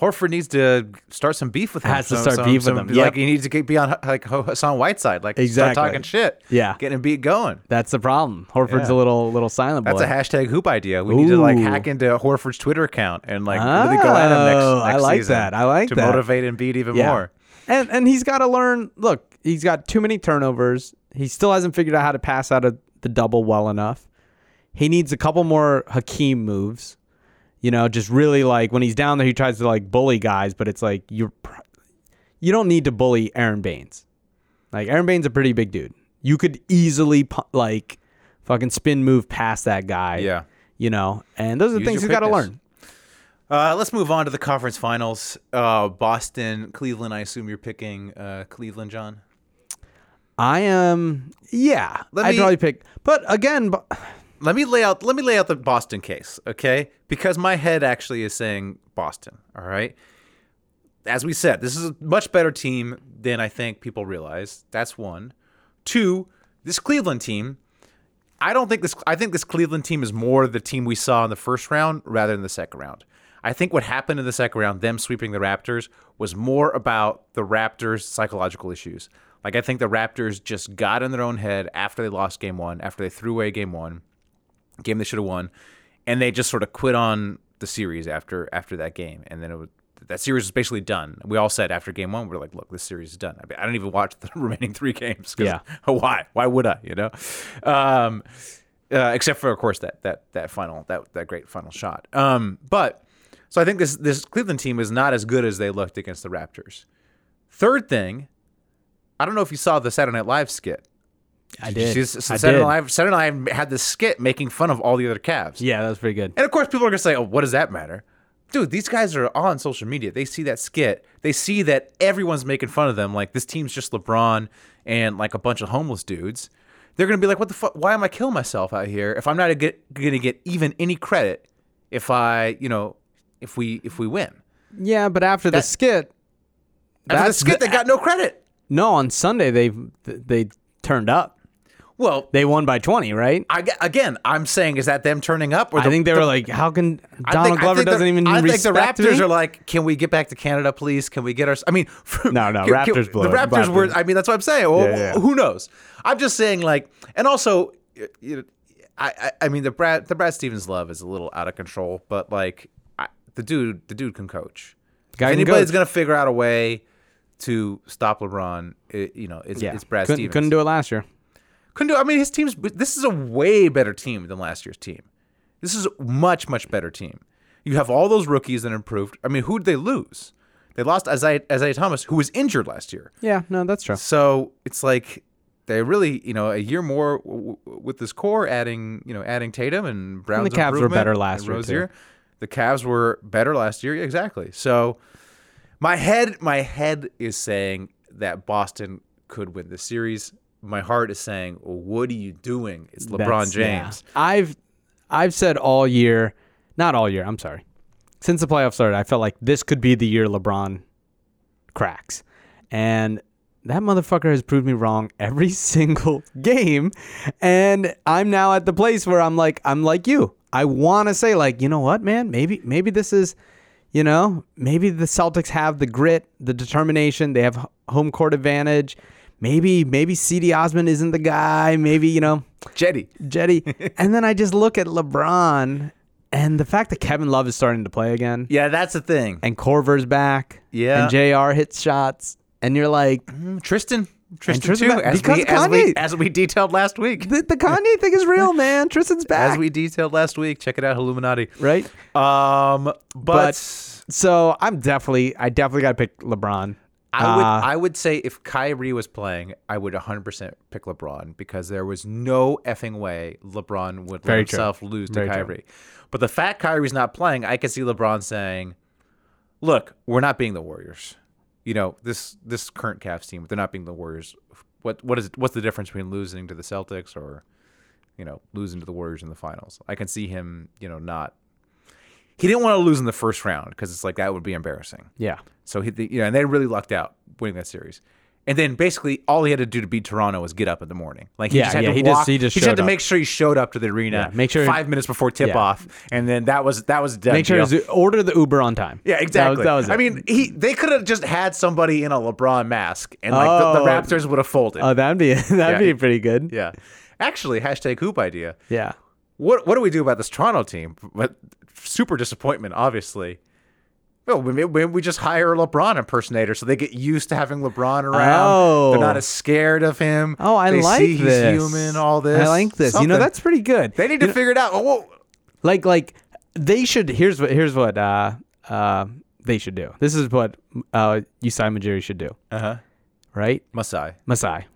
Speaker 6: Horford needs to start some beef with him.
Speaker 7: Has to
Speaker 6: Some-
Speaker 7: start
Speaker 6: some-
Speaker 7: beef with
Speaker 6: some-
Speaker 7: him.
Speaker 6: Like
Speaker 7: Yep.
Speaker 6: he needs to get beyond like Ho- Hassan Whiteside. Like
Speaker 7: Exactly.
Speaker 6: start talking shit.
Speaker 7: Yeah.
Speaker 6: getting a beat going.
Speaker 7: That's the problem. Horford's
Speaker 6: Yeah.
Speaker 7: a little little silent boy.
Speaker 6: That's a hashtag hoop idea. We need to like
Speaker 7: Ooh.
Speaker 6: hack into Horford's Twitter account and like really go at him next,
Speaker 7: Oh, I
Speaker 6: next
Speaker 7: like
Speaker 6: season
Speaker 7: that. I like
Speaker 6: to
Speaker 7: that.
Speaker 6: motivate and beat even more.
Speaker 7: And and he's got to learn. Look, he's got too many turnovers. He still hasn't figured out how to pass out of the double well enough. He needs a couple more Hakeem moves. You know, just really like when he's down there, he tries to like bully guys, but it's like you're pr- you don't need to bully Aaron Baines. Like Aaron Baines a pretty big dude. You could easily pu- like fucking spin move past that guy.
Speaker 6: Yeah.
Speaker 7: You know, and those are the
Speaker 6: Use
Speaker 7: things
Speaker 6: your
Speaker 7: he's got to
Speaker 6: quickness.
Speaker 7: learn.
Speaker 6: Uh, let's move on to the conference finals. Uh, Boston, Cleveland. I assume you're picking uh, Cleveland, John.
Speaker 7: I am, yeah.
Speaker 6: Let
Speaker 7: I'd
Speaker 6: me-
Speaker 7: probably pick, but again, bu-
Speaker 6: Let me lay out. Let me lay out the Boston case, okay? Because my head actually is saying Boston. All right. As we said, this is a much better team than I think people realize. That's one. Two. This Cleveland team. I don't think this. I think this Cleveland team is more the team we saw in the first round rather than the second round. I think what happened in the second round, them sweeping the Raptors, was more about the Raptors' psychological issues. Like I think the Raptors just got in their own head after they lost Game One, after they threw away Game One, game they should have won, and they just sort of quit on the series after after that game, and then it was. That series was basically done. We all said after game one, we are like, "Look, this series is done." I, mean, I don't even watch the remaining three games. 'cause
Speaker 7: Yeah.
Speaker 6: Why? Why would I? You know, um, uh, except for of course that that that final that that great final shot. Um, but so I think this this Cleveland team is not as good as they looked against the Raptors. Third thing, I don't know if you saw the Saturday Night Live skit.
Speaker 7: I
Speaker 6: Did
Speaker 7: did.
Speaker 6: you see- so
Speaker 7: I
Speaker 6: Saturday
Speaker 7: did.
Speaker 6: Night Live Saturday Night Live had this skit making fun of all the other Cavs.
Speaker 7: Yeah, that was pretty good.
Speaker 6: And of course, people are going to say, oh, what does that matter? Dude, these guys are on social media. They see that skit. They see that everyone's making fun of them. Like, this team's just LeBron and like a bunch of homeless dudes. They're going to be like, what the fuck? Why am I killing myself out here if I'm not going to get even any credit if I, you know, if we if we win?
Speaker 7: Yeah, but after the
Speaker 6: That-
Speaker 7: skit,
Speaker 6: That's the
Speaker 7: That's
Speaker 6: skit
Speaker 7: the-
Speaker 6: that got no credit.
Speaker 7: no, on Sunday they they turned up.
Speaker 6: Well,
Speaker 7: They won by 20, right?
Speaker 6: I, again, I'm saying, is that them turning up? Or
Speaker 7: I
Speaker 6: the-
Speaker 7: think they were
Speaker 6: the-
Speaker 7: like, how can
Speaker 6: I
Speaker 7: Donald
Speaker 6: think- I
Speaker 7: Glover
Speaker 6: think the-
Speaker 7: doesn't even
Speaker 6: I think the
Speaker 7: respect
Speaker 6: Raptors
Speaker 7: me?
Speaker 6: are like, can we get back to Canada, please? Can we get our? I mean,
Speaker 7: No, no,
Speaker 6: can- can-
Speaker 7: Raptors blew
Speaker 6: The
Speaker 7: it.
Speaker 6: Raptors were.
Speaker 7: Raptors.
Speaker 6: I mean, that's what I'm saying. Well,
Speaker 7: Yeah, yeah.
Speaker 6: Who knows? I'm just saying, like, and also, you- you, I, I, I mean, the Brad, the Brad Stevens love is a little out of control, but like, I, the dude, the dude can coach.
Speaker 7: Guy can
Speaker 6: Anybody's
Speaker 7: coach.
Speaker 6: gonna figure out a way to stop LeBron. It, you know, it's,
Speaker 7: yeah.
Speaker 6: it's Brad
Speaker 7: couldn't,
Speaker 6: Stevens.
Speaker 7: couldn't do it last year.
Speaker 6: Couldn't do. I mean, his team's. This is a way better team than last year's team. This is a much much better team. You have all those rookies that improved. I mean, who did they lose? They lost Isaiah, Isaiah Thomas, who was injured last year.
Speaker 7: Yeah, no, that's true.
Speaker 6: So it's like they really, you know, a year more w- w- with this core, adding you know, adding Tatum and Brown's
Speaker 7: Cavs were
Speaker 6: improvement
Speaker 7: better last
Speaker 6: and
Speaker 7: year,
Speaker 6: Rozier. The Cavs were better last year, yeah, exactly. So my head, my head is saying that Boston could win the series. My heart is saying, well, what are you doing? It's LeBron
Speaker 7: That's- yeah.
Speaker 6: James.
Speaker 7: I've I've said all year, not all year, I'm sorry. Since the playoffs started, I felt like this could be the year LeBron cracks. And that motherfucker has proved me wrong every single game. And I'm now at the place where I'm like, I'm like you. I wanna say, like, you know what, man? Maybe maybe this is you know, maybe the Celtics have the grit, the determination. They have h- home court advantage. Maybe, maybe C.D. Osmond isn't the guy. Maybe, you know,
Speaker 6: Jetty.
Speaker 7: Jetty. and then I just look at LeBron and the fact that Kevin Love is starting to play again
Speaker 6: Yeah, that's the thing.
Speaker 7: and Corver's back.
Speaker 6: Yeah. Mm-hmm.
Speaker 7: And JR hits shots. And you're like,
Speaker 6: And Tristan. Tristan,
Speaker 7: Tristan
Speaker 6: too,
Speaker 7: back-
Speaker 6: as we,
Speaker 7: because
Speaker 6: as, we,
Speaker 7: Kanye-
Speaker 6: as we detailed last week.
Speaker 7: the, the Kanye thing is real, man. Tristan's back.
Speaker 6: As we detailed last week, check it out, Illuminati.
Speaker 7: right?
Speaker 6: Um, but,
Speaker 7: But- So I'm definitely, I definitely got to pick LeBron.
Speaker 6: I would
Speaker 7: Uh,
Speaker 6: I would say if Kyrie was playing, I would 100% pick LeBron because there was no effing way LeBron would let
Speaker 7: Very true.
Speaker 6: himself lose to
Speaker 7: Very true.
Speaker 6: Kyrie. But the fact Kyrie's not playing, I can see LeBron saying, "Look, we're not being the Warriors. You know this this current Cavs team, they're not being the Warriors. What what is what's the difference between losing to the Celtics or you know losing to the Warriors in the finals? I can see him you know not." He didn't want to lose in the first round because it's like that would be embarrassing.
Speaker 7: yeah.
Speaker 6: So he, the, you know, and they really lucked out winning that series. And then basically all he had to do to beat Toronto was get up in the morning. Like he
Speaker 7: Yeah,
Speaker 6: just had
Speaker 7: yeah,
Speaker 6: to
Speaker 7: he
Speaker 6: walk.
Speaker 7: just- he just
Speaker 6: had
Speaker 7: showed
Speaker 6: to
Speaker 7: up.
Speaker 6: make sure he showed up to the arena.
Speaker 7: Yeah, make sure-
Speaker 6: five minutes before tip
Speaker 7: Yeah.
Speaker 6: off, and then that was that was a done
Speaker 7: Make sure
Speaker 6: deal.
Speaker 7: to order the Uber on time.
Speaker 6: Yeah,
Speaker 7: That was-
Speaker 6: exactly.
Speaker 7: That was, it.
Speaker 6: I mean, he they could have just had somebody in a LeBron mask, and like the,
Speaker 7: Oh.
Speaker 6: the Raptors would have folded.
Speaker 7: oh, that'd be that'd
Speaker 6: Yeah.
Speaker 7: be pretty good.
Speaker 6: yeah, actually, hashtag hoop idea.
Speaker 7: Yeah.
Speaker 6: What what do we do about this Toronto team? But super disappointment, obviously. Well, maybe, maybe we just hire a LeBron impersonator so they get used to having LeBron around.
Speaker 7: Oh.
Speaker 6: They're not as scared of him.
Speaker 7: Oh, I
Speaker 6: they
Speaker 7: like
Speaker 6: see
Speaker 7: this.
Speaker 6: He's human. All this.
Speaker 7: I like this. You know,
Speaker 6: Something.
Speaker 7: that's pretty good.
Speaker 6: they need to figure it out. Oh, whoa.
Speaker 7: like like they should here's what here's what uh uh they should do this is what uh Usai Majiri should do
Speaker 6: Uh-huh.
Speaker 7: right
Speaker 6: Masai.
Speaker 7: Masai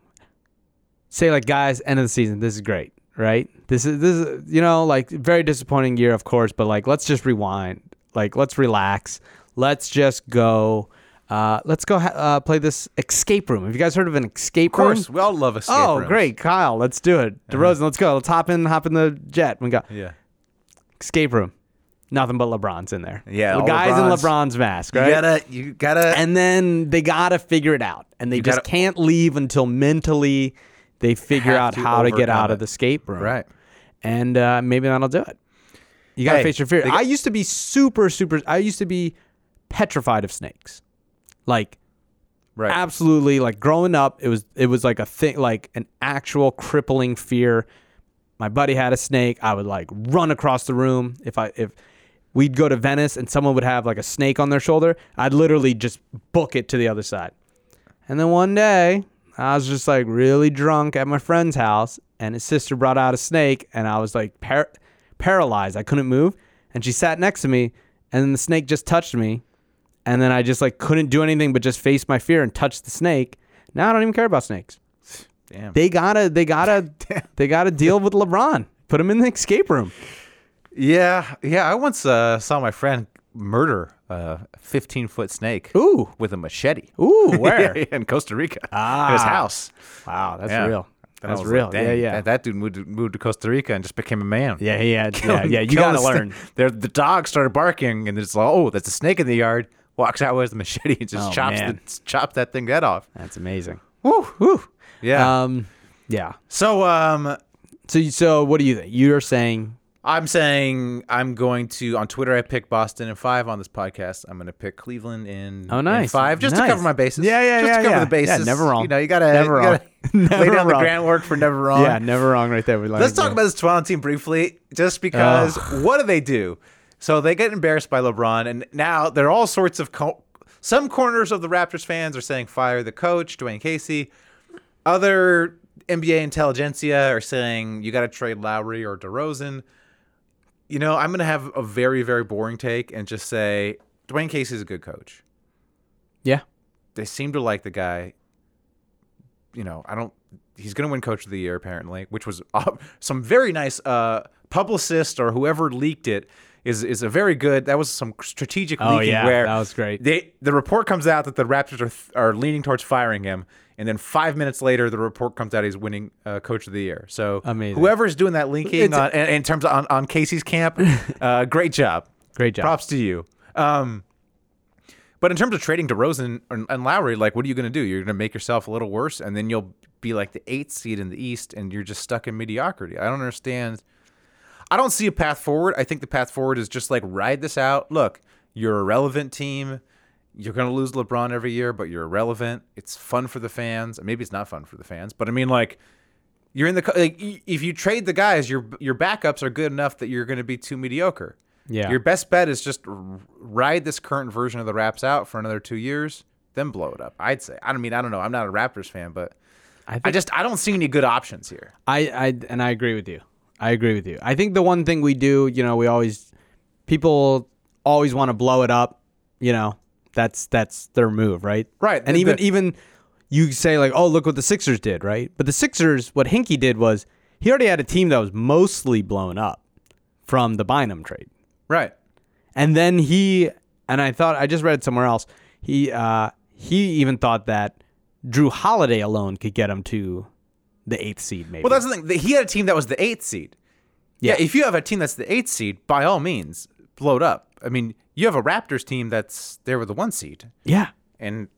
Speaker 7: say like guys end of the season this is great right this is this is you know like very disappointing year of course but like let's just rewind like let's relax let's just go uh let's go ha- uh, play this escape room have you guys heard of an escape
Speaker 6: Of course,
Speaker 7: room
Speaker 6: we all love escape
Speaker 7: oh
Speaker 6: rooms. Uh-huh.
Speaker 7: great Kyle let's do it DeRozan let's go let's hop in hop in the jet we go
Speaker 6: Yeah.
Speaker 7: escape room. Nothing but LeBron's in there.
Speaker 6: Yeah,
Speaker 7: the
Speaker 6: all
Speaker 7: guys
Speaker 6: LeBron's.
Speaker 7: in LeBron's mask, right?
Speaker 6: You gotta. You gotta.
Speaker 7: and then they gotta figure it out, and they just
Speaker 6: gotta-
Speaker 7: can't leave until mentally they figure
Speaker 6: Have
Speaker 7: out
Speaker 6: to
Speaker 7: how to get
Speaker 6: overcome
Speaker 7: out
Speaker 6: it.
Speaker 7: of the escape room,
Speaker 6: Right.
Speaker 7: And uh, maybe that'll do it. You gotta
Speaker 6: Hey,
Speaker 7: face your fear.
Speaker 6: they got-
Speaker 7: I used to be super, super. I used to be petrified of snakes, like
Speaker 6: right.
Speaker 7: absolutely like growing up it was it was like a thing like an actual crippling fear my buddy had a snake i would like run across the room if i if we'd go to venice and someone would have like a snake on their shoulder i'd literally just book it to the other side and then one day i was just like really drunk at my friend's house and his sister brought out a snake and i was like par- paralyzed i couldn't move and she sat next to me and then the snake just touched me and then I just like couldn't do anything but just face my fear and touch the snake. Now I don't even care about snakes.
Speaker 6: Damn.
Speaker 7: They gotta, they gotta, they gotta deal with LeBron. Put him in the escape room.
Speaker 6: Yeah, yeah. I once uh, saw my friend murder a 15 foot snake.
Speaker 7: Ooh.
Speaker 6: with a machete.
Speaker 7: Ooh, where?
Speaker 6: Yeah, in Costa Rica. in his
Speaker 7: Ah.
Speaker 6: house.
Speaker 7: Wow, that's
Speaker 6: Yeah.
Speaker 7: real.
Speaker 6: And I
Speaker 7: That's
Speaker 6: was
Speaker 7: real.
Speaker 6: like,
Speaker 7: yeah,
Speaker 6: "Dang,
Speaker 7: yeah,
Speaker 6: That, that dude moved to, moved to Costa Rica and just became a man.
Speaker 7: yeah, he had- yeah, yeah. You
Speaker 6: Killing
Speaker 7: gotta
Speaker 6: the sna-
Speaker 7: learn.
Speaker 6: There, the dog started barking, and it's like, oh, that's a snake in the yard. Walks out with the machete and just
Speaker 7: Oh,
Speaker 6: chops
Speaker 7: man.
Speaker 6: the, chops that thing head off.
Speaker 7: That's amazing.
Speaker 6: Woo, woo. Yeah.
Speaker 7: Um, yeah.
Speaker 6: so, um,
Speaker 7: So, you- so what do you think? You're saying
Speaker 6: I'm saying I'm going to on Twitter. I pick Boston in five on this podcast. I'm going to pick Cleveland in
Speaker 7: Oh,
Speaker 6: in
Speaker 7: nice.
Speaker 6: five just to
Speaker 7: Nice.
Speaker 6: cover my bases.
Speaker 7: Yeah, yeah,
Speaker 6: just
Speaker 7: yeah,
Speaker 6: to cover
Speaker 7: yeah.
Speaker 6: the bases.
Speaker 7: Yeah, never wrong.
Speaker 6: You know, you gotta
Speaker 7: Never
Speaker 6: you gotta
Speaker 7: wrong.
Speaker 6: lay
Speaker 7: Never
Speaker 6: down the
Speaker 7: wrong.
Speaker 6: groundwork for never wrong.
Speaker 7: yeah, never wrong right there. We learned
Speaker 6: Let's talk
Speaker 7: it.
Speaker 6: about this Toronto team briefly, just because what do they do? So they get embarrassed by LeBron, and now there are all sorts of co- some corners of the Raptors fans are saying fire the coach, Dwayne Casey. Other NBA intelligentsia are saying you got to trade Lowry or DeRozan. You know, I'm going to have a very very boring take and just say Dwayne Casey's a good coach.
Speaker 7: yeah.
Speaker 6: They seem to like the guy. You know, I don't. He's going to win Coach of the Year apparently, which was uh, some very nice uh, publicist or whoever leaked it is is a very good. That was some strategic
Speaker 7: Oh,
Speaker 6: leaking
Speaker 7: yeah,
Speaker 6: where
Speaker 7: that was great.
Speaker 6: They the report comes out that the Raptors are th- are leaning towards firing him, and then five minutes later the report comes out he's winning uh, Coach of the Year. So
Speaker 7: Amazing.
Speaker 6: whoever's doing that linking
Speaker 7: It's-
Speaker 6: on, in, in terms of on, on Casey's camp, uh, great job.
Speaker 7: Great job.
Speaker 6: Props to you. Um, but in terms of trading DeRozan and, and Lowry, like, what are you going to do? You're going to make yourself a little worse, and then you'll be like the eighth seed in the East, and you're just stuck in mediocrity. I don't understand. I don't see a path forward. I think the path forward is just like ride this out. Look, you're a relevant team. You're going to lose LeBron every year, but you're irrelevant. It's fun for the fans. Maybe it's not fun for the fans, but I mean, like, you're in the co- like y- if you trade the guys, your your backups are good enough that you're going to be too mediocre.
Speaker 7: Yeah.
Speaker 6: Your best bet is just r- ride this current version of the Raps out for another two years, then blow it up. I'd say. I don't mean I don't know. I'm not a Raptors fan, but
Speaker 7: I think
Speaker 6: I just I don't see any good options here.
Speaker 7: I, I and I agree with you. I agree with you. I think the one thing we do, you know, we always people always want to blow it up, you know. That's that's their move, right?
Speaker 6: Right.
Speaker 7: And
Speaker 6: The-
Speaker 7: even
Speaker 6: the-
Speaker 7: even you say like, "Oh, look what the Sixers did," right? But the Sixers what Hinkie did was he already had a team that was mostly blown up from the Bynum trade.
Speaker 6: Right.
Speaker 7: And then he and I thought I just read somewhere else. He uh, he even thought that Drew Holiday alone could get him to the 8th seed maybe.
Speaker 6: Well, that's the thing. He had a team that was the eighth seed. Yeah. if you have a team that's the eighth seed, by all means, blow it up. I mean, you have a Raptors team that's there with the one seed,
Speaker 7: yeah.
Speaker 6: and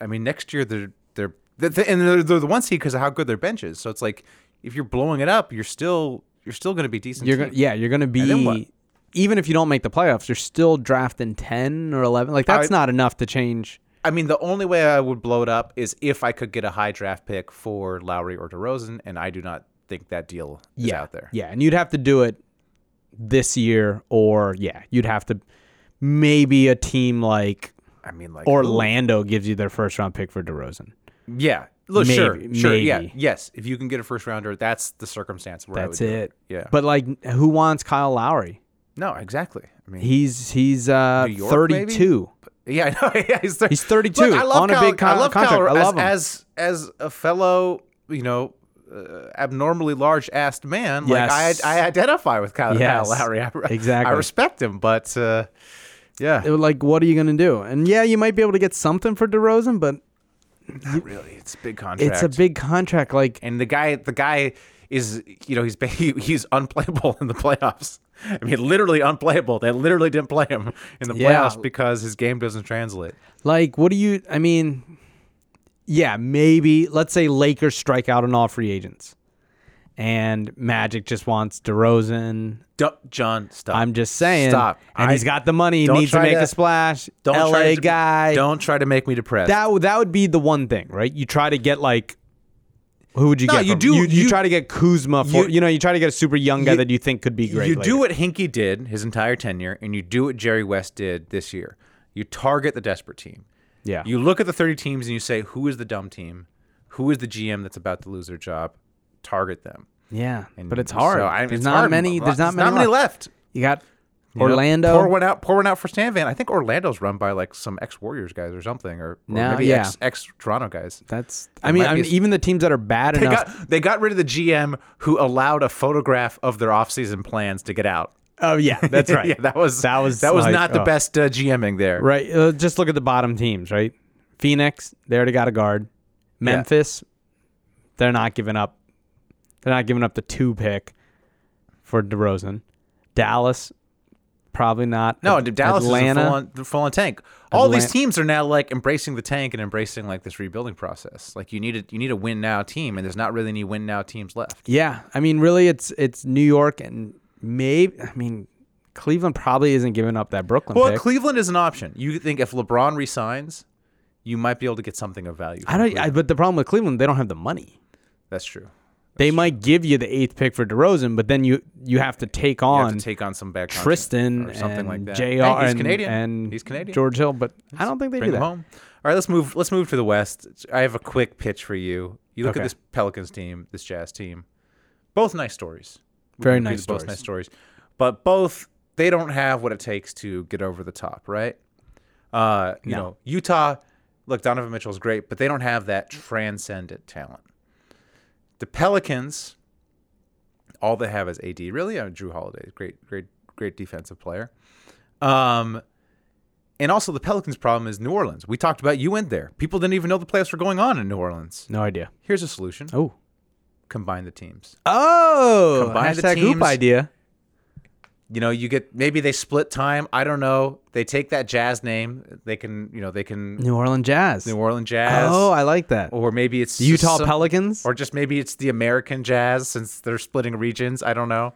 Speaker 6: I mean next year they're they're The, the, and they're, they're the one seed because of how good their bench is. So it's like if you're blowing it up, you're still you're still going to be decent.
Speaker 7: You're
Speaker 6: team.
Speaker 7: gonna, yeah, you're gonna
Speaker 6: then what?
Speaker 7: be. Even if you don't make the playoffs, you're still drafting ten or eleven. Like that's
Speaker 6: I-
Speaker 7: not enough to change.
Speaker 6: I mean, the only way I would blow it up is if I could get a high draft pick for Lowry or DeRozan, and I do not think that deal is
Speaker 7: yeah,
Speaker 6: out there.
Speaker 7: Yeah, and you'd have to do it this year, or yeah, you'd have to maybe a team like
Speaker 6: I mean, like
Speaker 7: Orlando gives you their first round pick for DeRozan.
Speaker 6: Yeah. Look, sure,
Speaker 7: Maybe-
Speaker 6: sure, yeah,
Speaker 7: maybe.
Speaker 6: yes. If you can get a first rounder, that's the circumstance where I
Speaker 7: That's
Speaker 6: would do
Speaker 7: it.
Speaker 6: Yeah,
Speaker 7: But like, who wants Kyle Lowry?
Speaker 6: no, exactly. I mean,
Speaker 7: He's he's uh
Speaker 6: New York, maybe?
Speaker 7: 32.
Speaker 6: Yeah, I know. Yeah, he's, thir-
Speaker 7: He's 32
Speaker 6: Look, I love
Speaker 7: on a
Speaker 6: Kyle-
Speaker 7: big con-
Speaker 6: I love
Speaker 7: contract.
Speaker 6: Kyle
Speaker 7: I love him.
Speaker 6: as, as as a fellow, you know, uh, abnormally large assed man.
Speaker 7: Yes.
Speaker 6: Like I I identify with Kyle,
Speaker 7: Yes.
Speaker 6: Kyle Lowry. I,
Speaker 7: Exactly.
Speaker 6: I respect him, but uh, yeah,
Speaker 7: It was like, what are you gonna do? And yeah, you might be able to get something for DeRozan, but
Speaker 6: not really. It's a big contract.
Speaker 7: it's a big contract. Like
Speaker 6: and the guy the guy is you know he's ba- he, he's unplayable in the playoffs. I mean, literally unplayable. They literally didn't play him in the
Speaker 7: Yeah.
Speaker 6: playoffs because his game doesn't translate.
Speaker 7: Like, what do you? I mean, yeah, maybe. Let's say Lakers strike out on all free agents, and Magic just wants DeRozan.
Speaker 6: Du- John, stop.
Speaker 7: I'm just saying.
Speaker 6: Stop.
Speaker 7: And
Speaker 6: I-
Speaker 7: he's got the money. He
Speaker 6: Don't
Speaker 7: needs to
Speaker 6: try
Speaker 7: make
Speaker 6: to-
Speaker 7: a splash.
Speaker 6: Don't
Speaker 7: LA
Speaker 6: try to,
Speaker 7: guy.
Speaker 6: Don't try to make me depressed.
Speaker 7: That would that would be the one thing, right? You try to get like. Who would you
Speaker 6: No,
Speaker 7: get?
Speaker 6: you
Speaker 7: from-
Speaker 6: do-
Speaker 7: You, you
Speaker 6: you-
Speaker 7: try to get Kuzma for. You,
Speaker 6: you-
Speaker 7: know, you try to get a super young guy
Speaker 6: you-
Speaker 7: that you think could be great.
Speaker 6: you do
Speaker 7: later.
Speaker 6: what Hinkie did his entire tenure, and you do what Jerry West did this year. You target the desperate team.
Speaker 7: Yeah.
Speaker 6: You look at the 30 teams and you say, who is the dumb team? Who is the GM that's about to lose their job? Target them.
Speaker 7: yeah,
Speaker 6: And
Speaker 7: but it's
Speaker 6: so,
Speaker 7: hard.
Speaker 6: I mean,
Speaker 7: there's
Speaker 6: it's
Speaker 7: not
Speaker 6: hard.
Speaker 7: many. There's not many,
Speaker 6: left.
Speaker 7: You got
Speaker 6: You know,
Speaker 7: Orlando.
Speaker 6: pour one out. Pour one out for Stan Van. I think Orlando's run by like some ex Warriors guys or something, or, or
Speaker 7: No,
Speaker 6: maybe
Speaker 7: yeah.
Speaker 6: ex ex Toronto guys.
Speaker 7: That's. I mean,
Speaker 6: might
Speaker 7: I
Speaker 6: be
Speaker 7: mean
Speaker 6: a s-
Speaker 7: even the teams that are bad
Speaker 6: They
Speaker 7: enough.
Speaker 6: got they got rid of the GM who allowed a photograph of their offseason plans to get out.
Speaker 7: Oh yeah, that's right.
Speaker 6: yeah, that was
Speaker 7: that was
Speaker 6: that was
Speaker 7: like,
Speaker 6: not the
Speaker 7: uh,
Speaker 6: best uh, GMing there.
Speaker 7: Right. Uh, just look at the bottom teams. Right. Phoenix, they already got a guard. Memphis, they're not giving up. They're not giving up the two pick for DeRozan. Dallas, probably not.
Speaker 6: No,
Speaker 7: Ad-
Speaker 6: Dallas
Speaker 7: Atlanta,
Speaker 6: is a full on, full on tank. All these
Speaker 7: Atlan-
Speaker 6: teams are now like embracing the tank and embracing like this rebuilding process. Like you need a, you need a win now team, and there's not really any win now teams left.
Speaker 7: Yeah, I mean, really, it's it's New York and maybe. I mean, Cleveland probably isn't giving up that Brooklyn
Speaker 6: Well,
Speaker 7: pick.
Speaker 6: Cleveland is an option. You think if LeBron resigns, you might be able to get something of value.
Speaker 7: I
Speaker 6: from
Speaker 7: don't. I,
Speaker 6: Cleveland.
Speaker 7: but the problem with Cleveland, they don't have the money.
Speaker 6: That's true.
Speaker 7: they might give you the eighth pick for DeRozan, but then you you have to take
Speaker 6: You
Speaker 7: on
Speaker 6: have to take on some bad contract
Speaker 7: Tristan
Speaker 6: or something
Speaker 7: and
Speaker 6: like that.
Speaker 7: Jr.
Speaker 6: Hey, he's
Speaker 7: and,
Speaker 6: Canadian.
Speaker 7: and
Speaker 6: he's Canadian.
Speaker 7: George Hill, but I don't think they
Speaker 6: Bring
Speaker 7: do
Speaker 6: him
Speaker 7: that.
Speaker 6: home. All right, let's move. Let's move to the West. I have a quick pitch for you. You look
Speaker 7: Okay.
Speaker 6: at this Pelicans team, this Jazz team. Both nice stories. We
Speaker 7: Very
Speaker 6: can agree
Speaker 7: nice
Speaker 6: that Both
Speaker 7: stories.
Speaker 6: nice stories, but both they don't have what it takes to get over the top, right? Uh, you
Speaker 7: No.
Speaker 6: know, Utah. Look, Donovan Mitchell's great, but they don't have that transcendent talent. The Pelicans, all they have is AD. Really, uh, Drew Holiday, great, great, great defensive player. Um, and also the Pelicans' problem is New Orleans. We talked about you went there. People didn't even know the playoffs were going on in New Orleans.
Speaker 7: No idea.
Speaker 6: Here's a solution:
Speaker 7: Oh,
Speaker 6: combine the teams.
Speaker 7: oh,
Speaker 6: Combine the
Speaker 7: hashtag hoop
Speaker 6: teams.
Speaker 7: idea.
Speaker 6: You know, you get maybe they split time. I don't know. They take that Jazz name. They can, you know, they can
Speaker 7: New Orleans Jazz.
Speaker 6: New Orleans Jazz.
Speaker 7: Oh, I like that.
Speaker 6: or maybe it's
Speaker 7: The Utah
Speaker 6: some-
Speaker 7: Pelicans.
Speaker 6: or just maybe it's the American Jazz since they're splitting regions. I don't know.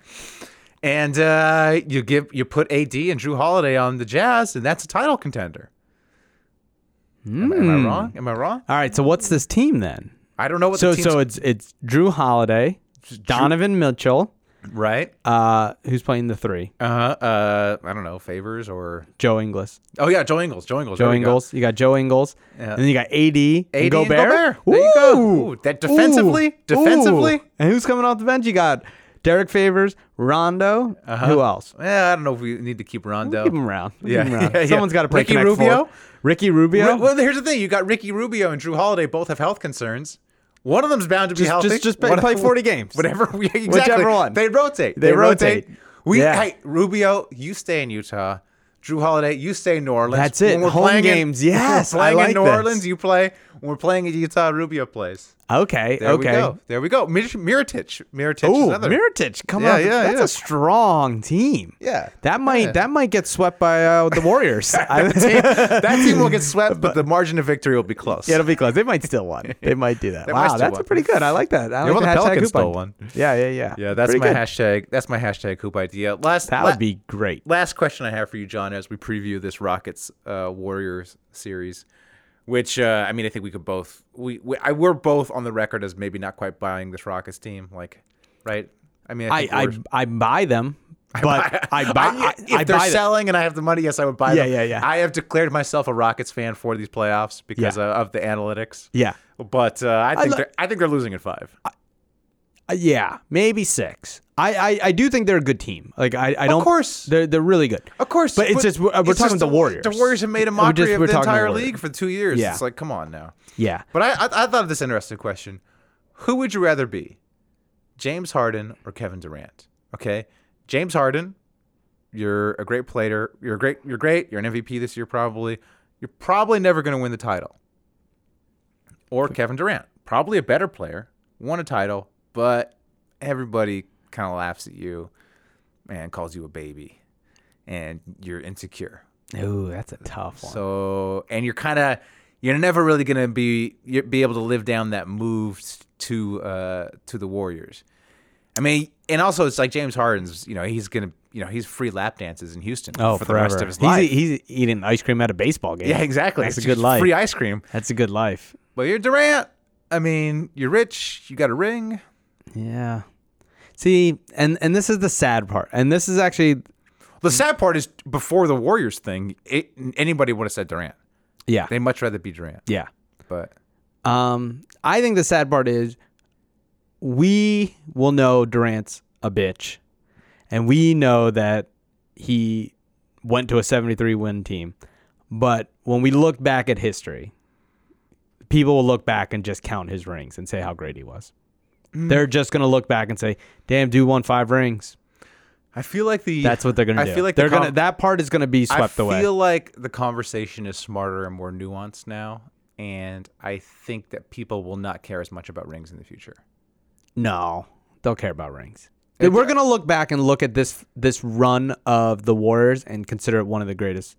Speaker 6: And uh, you give you put AD and Drew Holiday on the Jazz, and that's a title contender. Am, am
Speaker 7: Hmm.
Speaker 6: I wrong? Am I wrong?
Speaker 7: All right, so what's this team then?
Speaker 6: I don't know what
Speaker 7: So
Speaker 6: the team's
Speaker 7: so it's it's Drew Holiday, Donovan Mitchell,
Speaker 6: right.
Speaker 7: uh, who's playing the three,
Speaker 6: Uh, uh, I don't know favors or
Speaker 7: Joe Inglis,
Speaker 6: oh yeah, Joe Ingles, Joe Ingles,
Speaker 7: Joe
Speaker 6: there you go.
Speaker 7: Ingles. You got Joe Ingles,
Speaker 6: Yeah.
Speaker 7: and then you got AD,
Speaker 6: AD
Speaker 7: and
Speaker 6: and
Speaker 7: Gobert.
Speaker 6: Gobert. There you go.
Speaker 7: Ooh.
Speaker 6: Ooh, that defensively-
Speaker 7: Ooh.
Speaker 6: defensively.
Speaker 7: Ooh. And who's coming off the bench? You got Derek Favors, Rondo. Who else?
Speaker 6: Yeah, I don't know if we need to keep Uh-huh. Rondo.
Speaker 7: Keep him around. We'll
Speaker 6: Yeah.
Speaker 7: Keep him around.
Speaker 6: Yeah, yeah.
Speaker 7: Someone's got to play
Speaker 6: Ricky
Speaker 7: Connect Four.
Speaker 6: Rubio?
Speaker 7: Ricky Rubio.
Speaker 6: Ri- well, here's the thing: you got Ricky Rubio and Drew Holiday both have health concerns. One of them's bound to be
Speaker 7: Just-
Speaker 6: healthy.
Speaker 7: just- just play-
Speaker 6: One of-
Speaker 7: play 40 games.
Speaker 6: Whatever. We, exactly.
Speaker 7: Whichever one.
Speaker 6: They rotate.
Speaker 7: They rotate.
Speaker 6: We
Speaker 7: Yeah.
Speaker 6: hey Rubio, you stay in Utah. Drew Holiday, you stay in New Orleans.
Speaker 7: That's it.
Speaker 6: When we're
Speaker 7: Home
Speaker 6: playing in-
Speaker 7: games. Yes,
Speaker 6: When we're
Speaker 7: I
Speaker 6: playing
Speaker 7: like
Speaker 6: in New
Speaker 7: this.
Speaker 6: Orleans, you play. When we're playing in Utah, Rubio plays.
Speaker 7: Okay.
Speaker 6: There
Speaker 7: okay.
Speaker 6: we go. There we go. Mir- Miritich. Miritich is
Speaker 7: Oh,
Speaker 6: another.
Speaker 7: Miritich, come
Speaker 6: Yeah,
Speaker 7: on!
Speaker 6: yeah,
Speaker 7: that's
Speaker 6: yeah.
Speaker 7: a strong team.
Speaker 6: Yeah.
Speaker 7: that might
Speaker 6: Yeah.
Speaker 7: that might get swept by uh, the Warriors. I,
Speaker 6: that team will get swept, but the margin of victory will be close.
Speaker 7: yeah, it'll be close. They might still win. They might do that.
Speaker 6: They might
Speaker 7: wow,
Speaker 6: still
Speaker 7: that's a
Speaker 6: win.
Speaker 7: pretty good. I like that. I
Speaker 6: Yeah,
Speaker 7: like
Speaker 6: well,
Speaker 7: the
Speaker 6: the
Speaker 7: hashtag
Speaker 6: Pelicans
Speaker 7: hoop
Speaker 6: stole
Speaker 7: idea.
Speaker 6: one.
Speaker 7: Yeah, yeah, yeah.
Speaker 6: yeah. That's
Speaker 7: Pretty
Speaker 6: my
Speaker 7: good.
Speaker 6: hashtag. That's my hashtag hoop idea. Last
Speaker 7: That
Speaker 6: la-
Speaker 7: would be great.
Speaker 6: last question I have for you, John, as we preview this Rockets uh, Warriors series, which uh, I mean, I think we could both we, we I, we're both on the record as maybe not quite buying this Rockets team, like, right? I mean, I
Speaker 7: I
Speaker 6: think
Speaker 7: I,
Speaker 6: we're-
Speaker 7: I buy them, but I buy I,
Speaker 6: if
Speaker 7: I
Speaker 6: they're
Speaker 7: buy them.
Speaker 6: selling and I have the money, yes, I would buy
Speaker 7: Yeah,
Speaker 6: them.
Speaker 7: yeah, yeah.
Speaker 6: I have declared myself a Rockets fan for these playoffs because
Speaker 7: Yeah.
Speaker 6: uh, of the analytics.
Speaker 7: Yeah,
Speaker 6: But uh, I think
Speaker 7: lo-
Speaker 6: they're I think they're losing in five.
Speaker 7: Uh, yeah, maybe six. I, I I do think they're a good team. Like I I don't.
Speaker 6: course.
Speaker 7: they're they're really good.
Speaker 6: Of course,
Speaker 7: but it's just we're, uh, we're
Speaker 6: it's
Speaker 7: talking
Speaker 6: just
Speaker 7: the Warriors.
Speaker 6: The Warriors have made a
Speaker 7: We're
Speaker 6: mockery
Speaker 7: just- we're
Speaker 6: of the
Speaker 7: talking the
Speaker 6: entire
Speaker 7: Warriors.
Speaker 6: league for two years.
Speaker 7: Yeah.
Speaker 6: It's like, come on now.
Speaker 7: Yeah.
Speaker 6: But I, I, I thought of this interesting question: Who would you rather be, James Harden or Kevin Durant? Okay, James Harden, you're a great player. You're a great. You're great. You're an MVP this year, probably. You're probably never going to win the title. Or Kevin Durant, probably a better player, won a title, but everybody kind of laughs at you and calls you a baby, and you're insecure.
Speaker 7: Ooh, that's a tough one.
Speaker 6: So, and you're kind of, you're never really gonna be you be able to live down that move s- to uh to the Warriors. I mean, and also it's like James Harden's, you know, he's gonna, you know, he's free lap dances in Houston
Speaker 7: oh,
Speaker 6: for
Speaker 7: forever.
Speaker 6: the rest of his
Speaker 7: he's,
Speaker 6: life.
Speaker 7: he's eating ice cream at a baseball game.
Speaker 6: yeah, exactly.
Speaker 7: That's a
Speaker 6: It's
Speaker 7: good
Speaker 6: just
Speaker 7: life.
Speaker 6: Free ice cream.
Speaker 7: That's a good life.
Speaker 6: But you're Durant. I mean, you're rich. You got a ring.
Speaker 7: Yeah. See, and and this is the sad part, and this is actually,
Speaker 6: The sad part is before the Warriors thing, it, anybody would have said Durant.
Speaker 7: yeah,
Speaker 6: They would much rather be Durant.
Speaker 7: yeah.
Speaker 6: But
Speaker 7: Um, I think the sad part is we will know Durant's a bitch, and we know that he went to a 73 win team. But when we look back at history, people will look back and just count his rings and say how great he was.
Speaker 6: Mm.
Speaker 7: They're just gonna look back and say, "Damn, dude won five rings."
Speaker 6: I feel like the
Speaker 7: That's what they're gonna
Speaker 6: I
Speaker 7: do.
Speaker 6: feel like the
Speaker 7: they're gonna
Speaker 6: com-
Speaker 7: that part is gonna be swept
Speaker 6: I
Speaker 7: away.
Speaker 6: feel like the conversation is smarter and more nuanced now, and I think that people will not care as much about rings in the future.
Speaker 7: No, they'll care about rings. We're gonna look back and look at this this run of the Warriors and consider it one of the greatest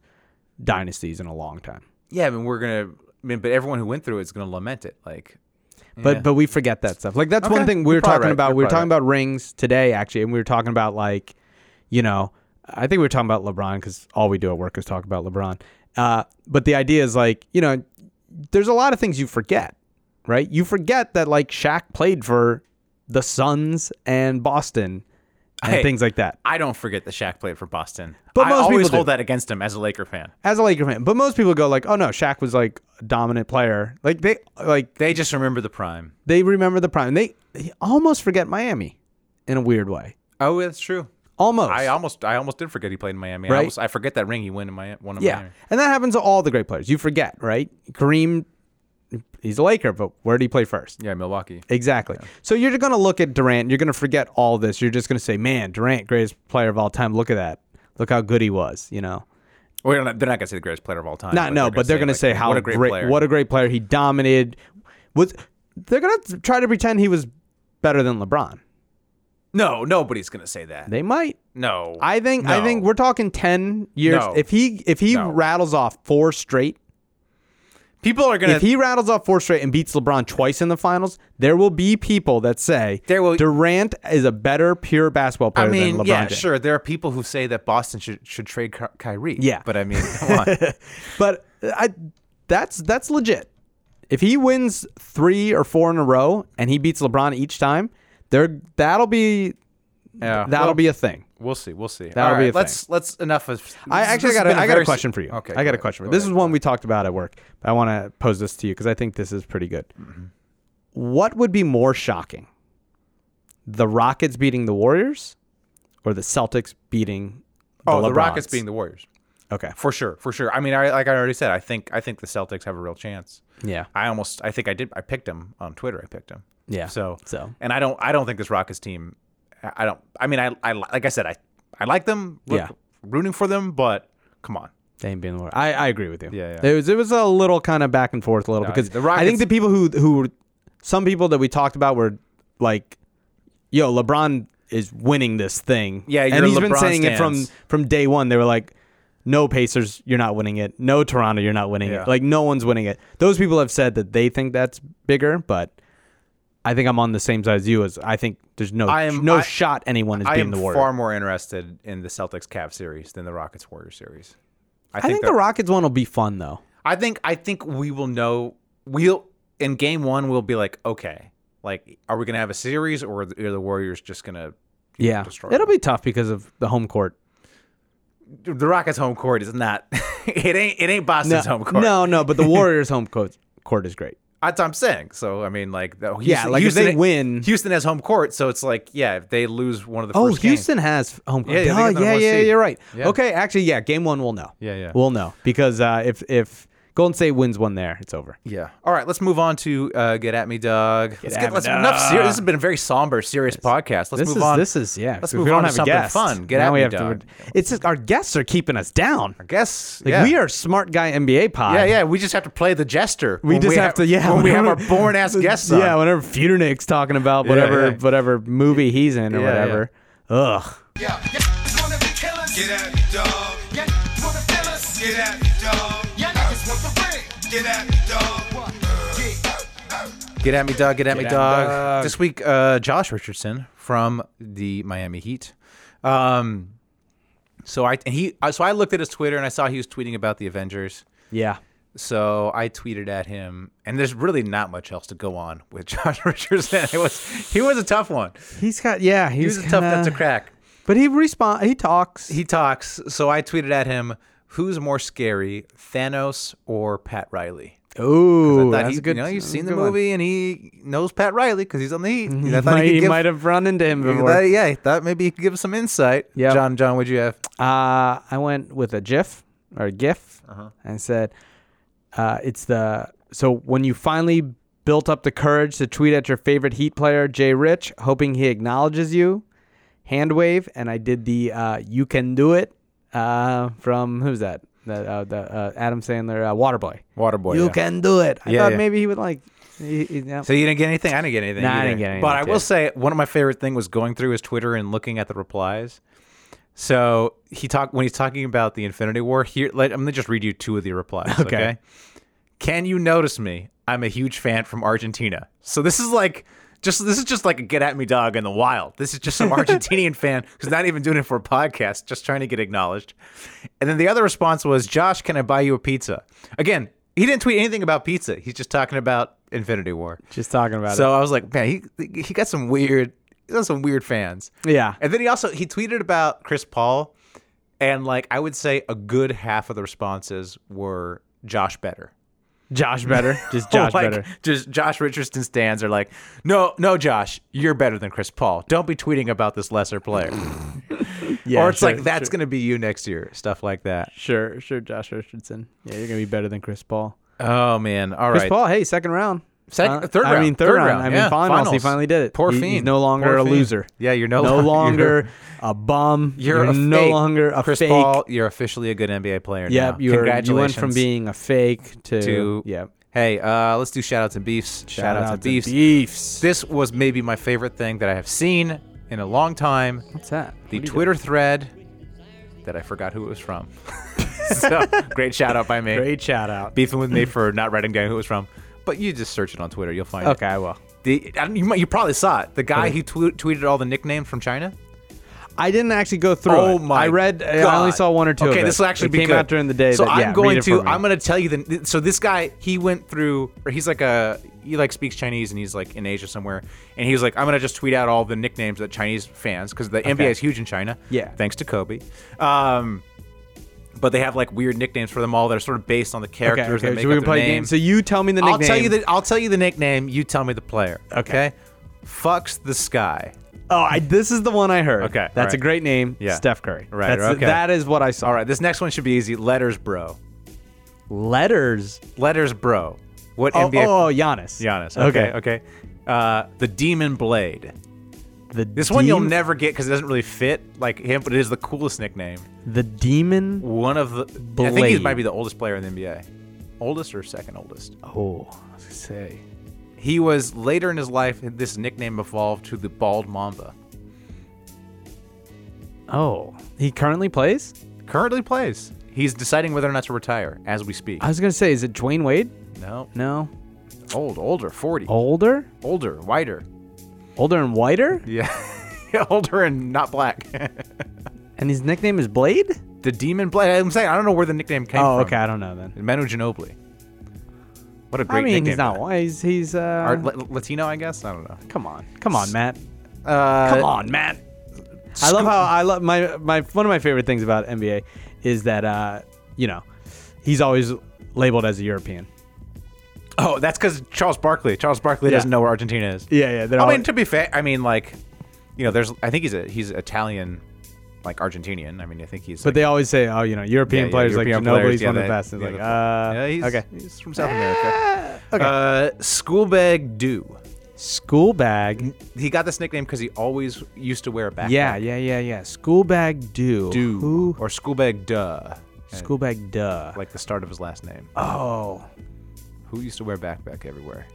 Speaker 7: dynasties in a long time.
Speaker 6: Yeah, I mean we're gonna, I mean, but everyone who went through it's gonna lament it. Like,
Speaker 7: But
Speaker 6: Yeah.
Speaker 7: but we forget that stuff. Like that's one
Speaker 6: Okay.
Speaker 7: thing we
Speaker 6: You're
Speaker 7: were
Speaker 6: probably
Speaker 7: talking
Speaker 6: right.
Speaker 7: about.
Speaker 6: You're
Speaker 7: We were
Speaker 6: probably
Speaker 7: talking about rings today actually, and we were talking about like, you know, I think we were talking about LeBron because all we do at work is talk about LeBron. Uh, but the idea is like, you know, there's a lot of things you forget, right? You forget that like Shaq played for the Suns and Boston and
Speaker 6: Hey.
Speaker 7: things like that.
Speaker 6: I don't forget that Shaq played for Boston,
Speaker 7: But
Speaker 6: I
Speaker 7: most
Speaker 6: always
Speaker 7: people do.
Speaker 6: hold that against him as a Laker fan.
Speaker 7: as a Laker fan. But most people go like, "Oh no, Shaq was like a dominant player." Like they like
Speaker 6: They just remember the prime.
Speaker 7: they remember the prime. They, they almost forget Miami in a weird way.
Speaker 6: Oh, that's true.
Speaker 7: Almost.
Speaker 6: I almost, I almost did forget he played in Miami.
Speaker 7: Right.
Speaker 6: I, almost, I forget that ring he won in Miami. Won in
Speaker 7: yeah.
Speaker 6: Miami.
Speaker 7: And that happens to all the great players. You forget, right? Kareem he's a Laker, but where did he play first?
Speaker 6: Yeah, Milwaukee.
Speaker 7: Exactly. So you're going to look at Durant, you're going to forget all this. You're just going to say, "Man, Durant greatest player of all time. Look at that. Look how good he was," you know.
Speaker 6: Well, they're not, they're not gonna say the greatest player of all time.
Speaker 7: Not no, but they're going to say,
Speaker 6: like,
Speaker 7: how
Speaker 6: what a great, player.
Speaker 7: what a great player he dominated. Was they're going to try to pretend he was better than LeBron?
Speaker 6: no, nobody's gonna say that.
Speaker 7: They might.
Speaker 6: no,
Speaker 7: I think I
Speaker 6: No.
Speaker 7: think we're talking ten years.
Speaker 6: No.
Speaker 7: If he if he
Speaker 6: No.
Speaker 7: rattles off four straight,
Speaker 6: people are gonna.
Speaker 7: if he rattles off four straight and beats LeBron twice in the finals, there will be people that say
Speaker 6: There will-
Speaker 7: Durant is a better pure basketball player
Speaker 6: I mean,
Speaker 7: than LeBron
Speaker 6: yeah,
Speaker 7: James.
Speaker 6: sure. There are people who say that Boston should should trade Ky- Kyrie.
Speaker 7: Yeah.
Speaker 6: but I mean, come on.
Speaker 7: But I that's that's legit. If he wins three or four in a row and he beats LeBron each time, there that'll be
Speaker 6: Yeah,
Speaker 7: that'll
Speaker 6: well,
Speaker 7: be a thing.
Speaker 6: We'll see. We'll see.
Speaker 7: That'll
Speaker 6: All
Speaker 7: be
Speaker 6: right,
Speaker 7: a
Speaker 6: let's let's enough of.
Speaker 7: I
Speaker 6: this
Speaker 7: actually
Speaker 6: has
Speaker 7: got a,
Speaker 6: been
Speaker 7: I got a
Speaker 6: very se-
Speaker 7: question for you.
Speaker 6: Okay,
Speaker 7: I
Speaker 6: go
Speaker 7: got a
Speaker 6: ahead,
Speaker 7: question.
Speaker 6: go
Speaker 7: This is
Speaker 6: ahead.
Speaker 7: one we talked about at work. But I want to pose this to you because I think this is pretty good. What would be more shocking, the Rockets beating the Warriors, or the Celtics beating?
Speaker 6: Oh, the
Speaker 7: LeBrons?
Speaker 6: Rockets being the Warriors
Speaker 7: okay.
Speaker 6: for sure, for sure. I mean, I, like I already said, I think I think the Celtics have a real chance.
Speaker 7: Yeah.
Speaker 6: I almost, I think I did. I picked him on Twitter. I picked him.
Speaker 7: Yeah,
Speaker 6: So
Speaker 7: so.
Speaker 6: and I don't, I don't think this Rockets team. I I don't. I mean, I, I like I said, I, I like them. Look,
Speaker 7: Yeah.
Speaker 6: Rooting for them, but come on.
Speaker 7: They ain't being the Warriors. I, I agree with you.
Speaker 6: Yeah, yeah.
Speaker 7: It was it was a little kind of back and forth a little because
Speaker 6: the
Speaker 7: I think
Speaker 6: Rockets-
Speaker 7: the people who who some people that we talked about were like, "Yo, LeBron is winning this thing."
Speaker 6: Yeah, you're
Speaker 7: and he's been
Speaker 6: LeBron
Speaker 7: saying it from
Speaker 6: stands.
Speaker 7: from day one. They were like, "No Pacers, you're not winning it. No Toronto, you're not winning
Speaker 6: Yeah.
Speaker 7: it. Like no one's winning it." Those people have said that they think that's bigger, but I think I'm on the same side as you. As I think there's no
Speaker 6: I am-
Speaker 7: no
Speaker 6: I-
Speaker 7: shot anyone is
Speaker 6: I
Speaker 7: being
Speaker 6: am
Speaker 7: the Warriors.
Speaker 6: far more interested in the Celtics Cavs series than the Rockets Warrior series.
Speaker 7: I think, the
Speaker 6: that-
Speaker 7: Rockets one will be fun though.
Speaker 6: I think I think we will know we'll in game one we'll be like okay like are we gonna have a series or are the, are the Warriors just gonna
Speaker 7: Yeah,
Speaker 6: destroy
Speaker 7: it'll
Speaker 6: them.
Speaker 7: be tough because of the home court.
Speaker 6: the Rockets home court is not it ain't it ain't
Speaker 7: No,
Speaker 6: Boston's home court
Speaker 7: no, no, but the Warriors' home court court is great.
Speaker 6: that's what I'm saying so I mean like the, Houston,
Speaker 7: like, if
Speaker 6: Houston,
Speaker 7: they win-
Speaker 6: Houston has home court so it's like yeah if they lose one of the
Speaker 7: Oh,
Speaker 6: first games-
Speaker 7: Houston has home court.
Speaker 6: Yeah, yeah, they got
Speaker 7: Oh,
Speaker 6: the
Speaker 7: yeah,
Speaker 6: one
Speaker 7: yeah,
Speaker 6: seed.
Speaker 7: you're right.
Speaker 6: Yeah.
Speaker 7: Okay, actually, yeah, game one we'll know.
Speaker 6: Yeah, yeah.
Speaker 7: we'll know because uh, if if Golden State wins one there, it's over.
Speaker 6: Yeah. All right, let's move on to uh, get at me, Doug. let's
Speaker 7: At
Speaker 6: get
Speaker 7: Me,
Speaker 6: let's,
Speaker 7: Doug.
Speaker 6: enough. Ser- this has been a very somber, serious podcast. Let's
Speaker 7: this
Speaker 6: move
Speaker 7: is
Speaker 6: on.
Speaker 7: this is yeah.
Speaker 6: Let's
Speaker 7: if
Speaker 6: move
Speaker 7: we
Speaker 6: on
Speaker 7: don't
Speaker 6: to
Speaker 7: have a
Speaker 6: something
Speaker 7: guest,
Speaker 6: fun. Get
Speaker 7: now
Speaker 6: at
Speaker 7: we
Speaker 6: me,
Speaker 7: have
Speaker 6: Doug.
Speaker 7: to. It's just, our guests are keeping us down.
Speaker 6: I guess
Speaker 7: Like
Speaker 6: yeah.
Speaker 7: we are smart guy NBA pod.
Speaker 6: Yeah, yeah. We just have to play the jester.
Speaker 7: We
Speaker 6: when
Speaker 7: just have to, yeah.
Speaker 6: When we have our
Speaker 7: whenever-
Speaker 6: born ass guests on.
Speaker 7: Yeah, whenever Feudernick's talking about
Speaker 6: Yeah,
Speaker 7: whatever
Speaker 6: yeah.
Speaker 7: whatever movie he's in or
Speaker 6: Yeah, yeah.
Speaker 7: whatever. Ugh.
Speaker 8: Yeah, yeah, one of the killers. Get at me, dog. Yeah, wanna feel us. Get at me, dog. Yeah, niggas want the ring. Get at me, dog. What? Yeah.
Speaker 6: Get at me, Doug. Get at me,
Speaker 7: at me,
Speaker 6: Doug.
Speaker 7: Doug.
Speaker 6: This week, uh, Josh Richardson from the Miami Heat. Um, so I and he uh, so I looked at his Twitter and I saw he was tweeting about the Avengers.
Speaker 7: Yeah.
Speaker 6: So I tweeted at him, and there's really not much else to go on with Josh Richardson. It was he was a tough one.
Speaker 7: He's got yeah.
Speaker 6: He
Speaker 7: He's,
Speaker 6: was a tough nut
Speaker 7: kinda-
Speaker 6: to crack.
Speaker 7: But he respond. He talks.
Speaker 6: He talks. So I tweeted at him, "Who's more scary, Thanos or Pat Riley?"
Speaker 7: Ooh,
Speaker 6: I thought
Speaker 7: that's
Speaker 6: he,
Speaker 7: a good.
Speaker 6: You know, you've
Speaker 7: that's a
Speaker 6: seen the
Speaker 7: good one.
Speaker 6: movie, and he knows Pat Riley because he's on the Heat. And I
Speaker 7: He
Speaker 6: thought
Speaker 7: might,
Speaker 6: he could
Speaker 7: he
Speaker 6: give-
Speaker 7: might have run into him
Speaker 6: I
Speaker 7: before.
Speaker 6: thought-
Speaker 7: Uh,
Speaker 6: yeah, I thought maybe he could give us some insight.
Speaker 7: Yep.
Speaker 6: John, John, what'd you have?
Speaker 7: Uh, I went with a GIF or a GIF
Speaker 6: Uh-huh.
Speaker 7: and said, uh, "It's the so when you finally built up the courage to tweet at your favorite Heat player, Jay Rich, hoping he acknowledges you, hand wave." And I did the uh, "You can do it" uh, from who's that? That uh, the uh, Adam Sandler uh, Waterboy.
Speaker 6: Waterboy.
Speaker 7: you can do it. I
Speaker 6: Yeah,
Speaker 7: thought
Speaker 6: yeah.
Speaker 7: maybe he would like. He, he, yeah.
Speaker 6: So you didn't get anything. I didn't get anything.
Speaker 7: Nah, I
Speaker 6: either.
Speaker 7: didn't get anything,
Speaker 6: But I
Speaker 7: too.
Speaker 6: will say one of my favorite thing was going through his Twitter and looking at the replies. So he talked when he's talking about the Infinity War. Here, let, I'm gonna just read you two of the replies. Okay. Can you notice me? I'm a huge fan from Argentina. So this is like. Just this is just like a get at me dog in the wild. This is just some Argentinian fan who's not even doing it for a podcast, just trying to get acknowledged. And then the other response was, "Josh, can I buy you a pizza?" Again, he didn't tweet anything about pizza. He's just talking about Infinity War.
Speaker 7: just talking about
Speaker 6: So I was like, man, he he got some weird, he got some weird fans.
Speaker 7: it. Yeah.
Speaker 6: And then he also he tweeted about Chris Paul, and like I would say a good half of the responses were Josh better.
Speaker 7: Josh better. Just Josh
Speaker 6: Oh, Like,
Speaker 7: better.
Speaker 6: Just Josh Richardson stands are like, no, no, Josh, you're better than Chris Paul. Don't be tweeting about this lesser player.
Speaker 7: Yeah.
Speaker 6: or it's like that's gonna be you next year, stuff like that.
Speaker 7: Sure, sure, Josh Richardson. Yeah, you're gonna be better than Chris Paul.
Speaker 6: Oh man, all right.
Speaker 7: Chris Paul, hey, second round.
Speaker 6: Second-
Speaker 7: Fin-
Speaker 6: third
Speaker 7: I mean,
Speaker 6: round,
Speaker 7: third,
Speaker 6: third
Speaker 7: round.
Speaker 6: round,
Speaker 7: I
Speaker 6: yeah,
Speaker 7: mean, finals. He
Speaker 6: finals.
Speaker 7: finally did it.
Speaker 6: Poor
Speaker 7: He- He's
Speaker 6: fiend.
Speaker 7: no longer
Speaker 6: Poor
Speaker 7: a
Speaker 6: fiend.
Speaker 7: loser.
Speaker 6: Yeah, you're no
Speaker 7: no
Speaker 6: longer-
Speaker 7: longer a bum.
Speaker 6: You're, a
Speaker 7: no
Speaker 6: fake.
Speaker 7: longer a
Speaker 6: Chris
Speaker 7: fake.
Speaker 6: Paul. You're officially a good NBA player.
Speaker 7: Yep,
Speaker 6: now.
Speaker 7: you were- you went from
Speaker 6: Congratulations.
Speaker 7: being a fake to,
Speaker 6: to
Speaker 7: yep.
Speaker 6: Hey, uh, let's do shout outs and beefs. Shout, outs and beefs.
Speaker 7: Beefs.
Speaker 6: This was maybe my favorite thing that I have seen in a long time.
Speaker 7: What's that?
Speaker 6: The
Speaker 7: What are you
Speaker 6: Twitter thread that I forgot who it was from. so great shout out by me.
Speaker 7: doing? Great shout out.
Speaker 6: Beefing with me for not writing down who it was from. But you just search it on Twitter, you'll find
Speaker 7: Okay,
Speaker 6: it.
Speaker 7: I will.
Speaker 6: The, I don't- you, might- you probably saw it. The guy who tw- tweeted all the nicknames from China.
Speaker 7: I didn't actually go through.
Speaker 6: Oh
Speaker 7: it.
Speaker 6: my!
Speaker 7: I read. I only
Speaker 6: God.
Speaker 7: saw one or two.
Speaker 6: Okay,
Speaker 7: of it.
Speaker 6: this will actually
Speaker 7: It
Speaker 6: be
Speaker 7: came
Speaker 6: good.
Speaker 7: out during the day.
Speaker 6: So
Speaker 7: but
Speaker 6: I'm
Speaker 7: yeah, read
Speaker 6: going
Speaker 7: it for
Speaker 6: to.
Speaker 7: me.
Speaker 6: I'm going to tell you the. th- So this guy, he went through, or he's like a, he like speaks Chinese and he's like in Asia somewhere, and he was like, I'm going to just tweet out all the nicknames that Chinese fans, because the NBA is huge in China.
Speaker 7: Yeah.
Speaker 6: Thanks to Kobe. Um. But they have like weird nicknames for them all that are sort of based on the
Speaker 7: Okay,
Speaker 6: characters
Speaker 7: okay,
Speaker 6: that make
Speaker 7: so we
Speaker 6: up
Speaker 7: can
Speaker 6: their
Speaker 7: play a
Speaker 6: name.
Speaker 7: game. So you tell me the nickname.
Speaker 6: I'll tell you the. I'll tell you the nickname. You tell me the player. Okay. Fucks the sky.
Speaker 7: Oh, I, this is the one I heard.
Speaker 6: Okay,
Speaker 7: that's a
Speaker 6: alright.
Speaker 7: great name.
Speaker 6: Yeah.
Speaker 7: Steph Curry.
Speaker 6: Right,
Speaker 7: That's
Speaker 6: okay.
Speaker 7: That is what I saw.
Speaker 6: All right. This next one should be easy. Letters, bro.
Speaker 7: Letters.
Speaker 6: Letters, bro. What
Speaker 7: Oh,
Speaker 6: NBA?
Speaker 7: oh, Giannis.
Speaker 6: Giannis.
Speaker 7: Okay.
Speaker 6: Okay. Okay. Uh, the Demon Blade.
Speaker 7: The
Speaker 6: This one you'll
Speaker 7: dem-
Speaker 6: never get because it doesn't really fit like him, but it is the coolest nickname.
Speaker 7: The demon.
Speaker 6: One of the. I think he
Speaker 7: Blade.
Speaker 6: might be the oldest player in the NBA. Oldest or second oldest?
Speaker 7: Oh, I was gonna say.
Speaker 6: He was later in his life. This nickname evolved to the Bald Mamba.
Speaker 7: Oh, he currently plays.
Speaker 6: Currently plays. He's deciding whether or not to retire as we speak.
Speaker 7: I was gonna say, is it Dwayne Wade?
Speaker 6: no,
Speaker 7: No,
Speaker 6: old, older, forty,
Speaker 7: Oh. older,
Speaker 6: older, whiter.
Speaker 7: older and whiter,
Speaker 6: Yeah, older and not black.
Speaker 7: and his nickname is Blade.
Speaker 6: the Demon Blade. I'm saying I don't know where the nickname came
Speaker 7: Oh,
Speaker 6: from.
Speaker 7: okay, I don't know then.
Speaker 6: Manu Ginobili. What a great
Speaker 7: I mean,
Speaker 6: nickname.
Speaker 7: he's not white. He's he's uh.
Speaker 6: Or la- Latino, I guess. I don't know.
Speaker 7: come on, come on, Matt.
Speaker 6: Uh,
Speaker 7: Come on, Matt. I love how I love my my one of my favorite things about NBA is that uh you know he's always labeled as a European.
Speaker 6: Oh, that's because Charles Barkley. Charles Barkley
Speaker 7: Yeah.
Speaker 6: doesn't know where Argentina is.
Speaker 7: Yeah, yeah. They're
Speaker 6: I
Speaker 7: all,
Speaker 6: mean, to be fair, I mean, like, you know, there's. I think he's a he's Italian, like Argentinian. I mean, I think he's.
Speaker 7: but they always say, oh, you know, European players like Ginobili's one of the best. It's like, uh,
Speaker 6: he's,
Speaker 7: okay, Ah,
Speaker 6: he's from South America. Okay. Uh, Schoolbag Do.
Speaker 7: school bag.
Speaker 6: He got this nickname because he always used to wear a backpack.
Speaker 7: Yeah, yeah, yeah, yeah. School bag do
Speaker 6: Do
Speaker 7: Who?
Speaker 6: or Schoolbag Duh,
Speaker 7: School bag duh.
Speaker 6: like the start of his last name.
Speaker 7: oh,
Speaker 6: Who used to wear backpack everywhere?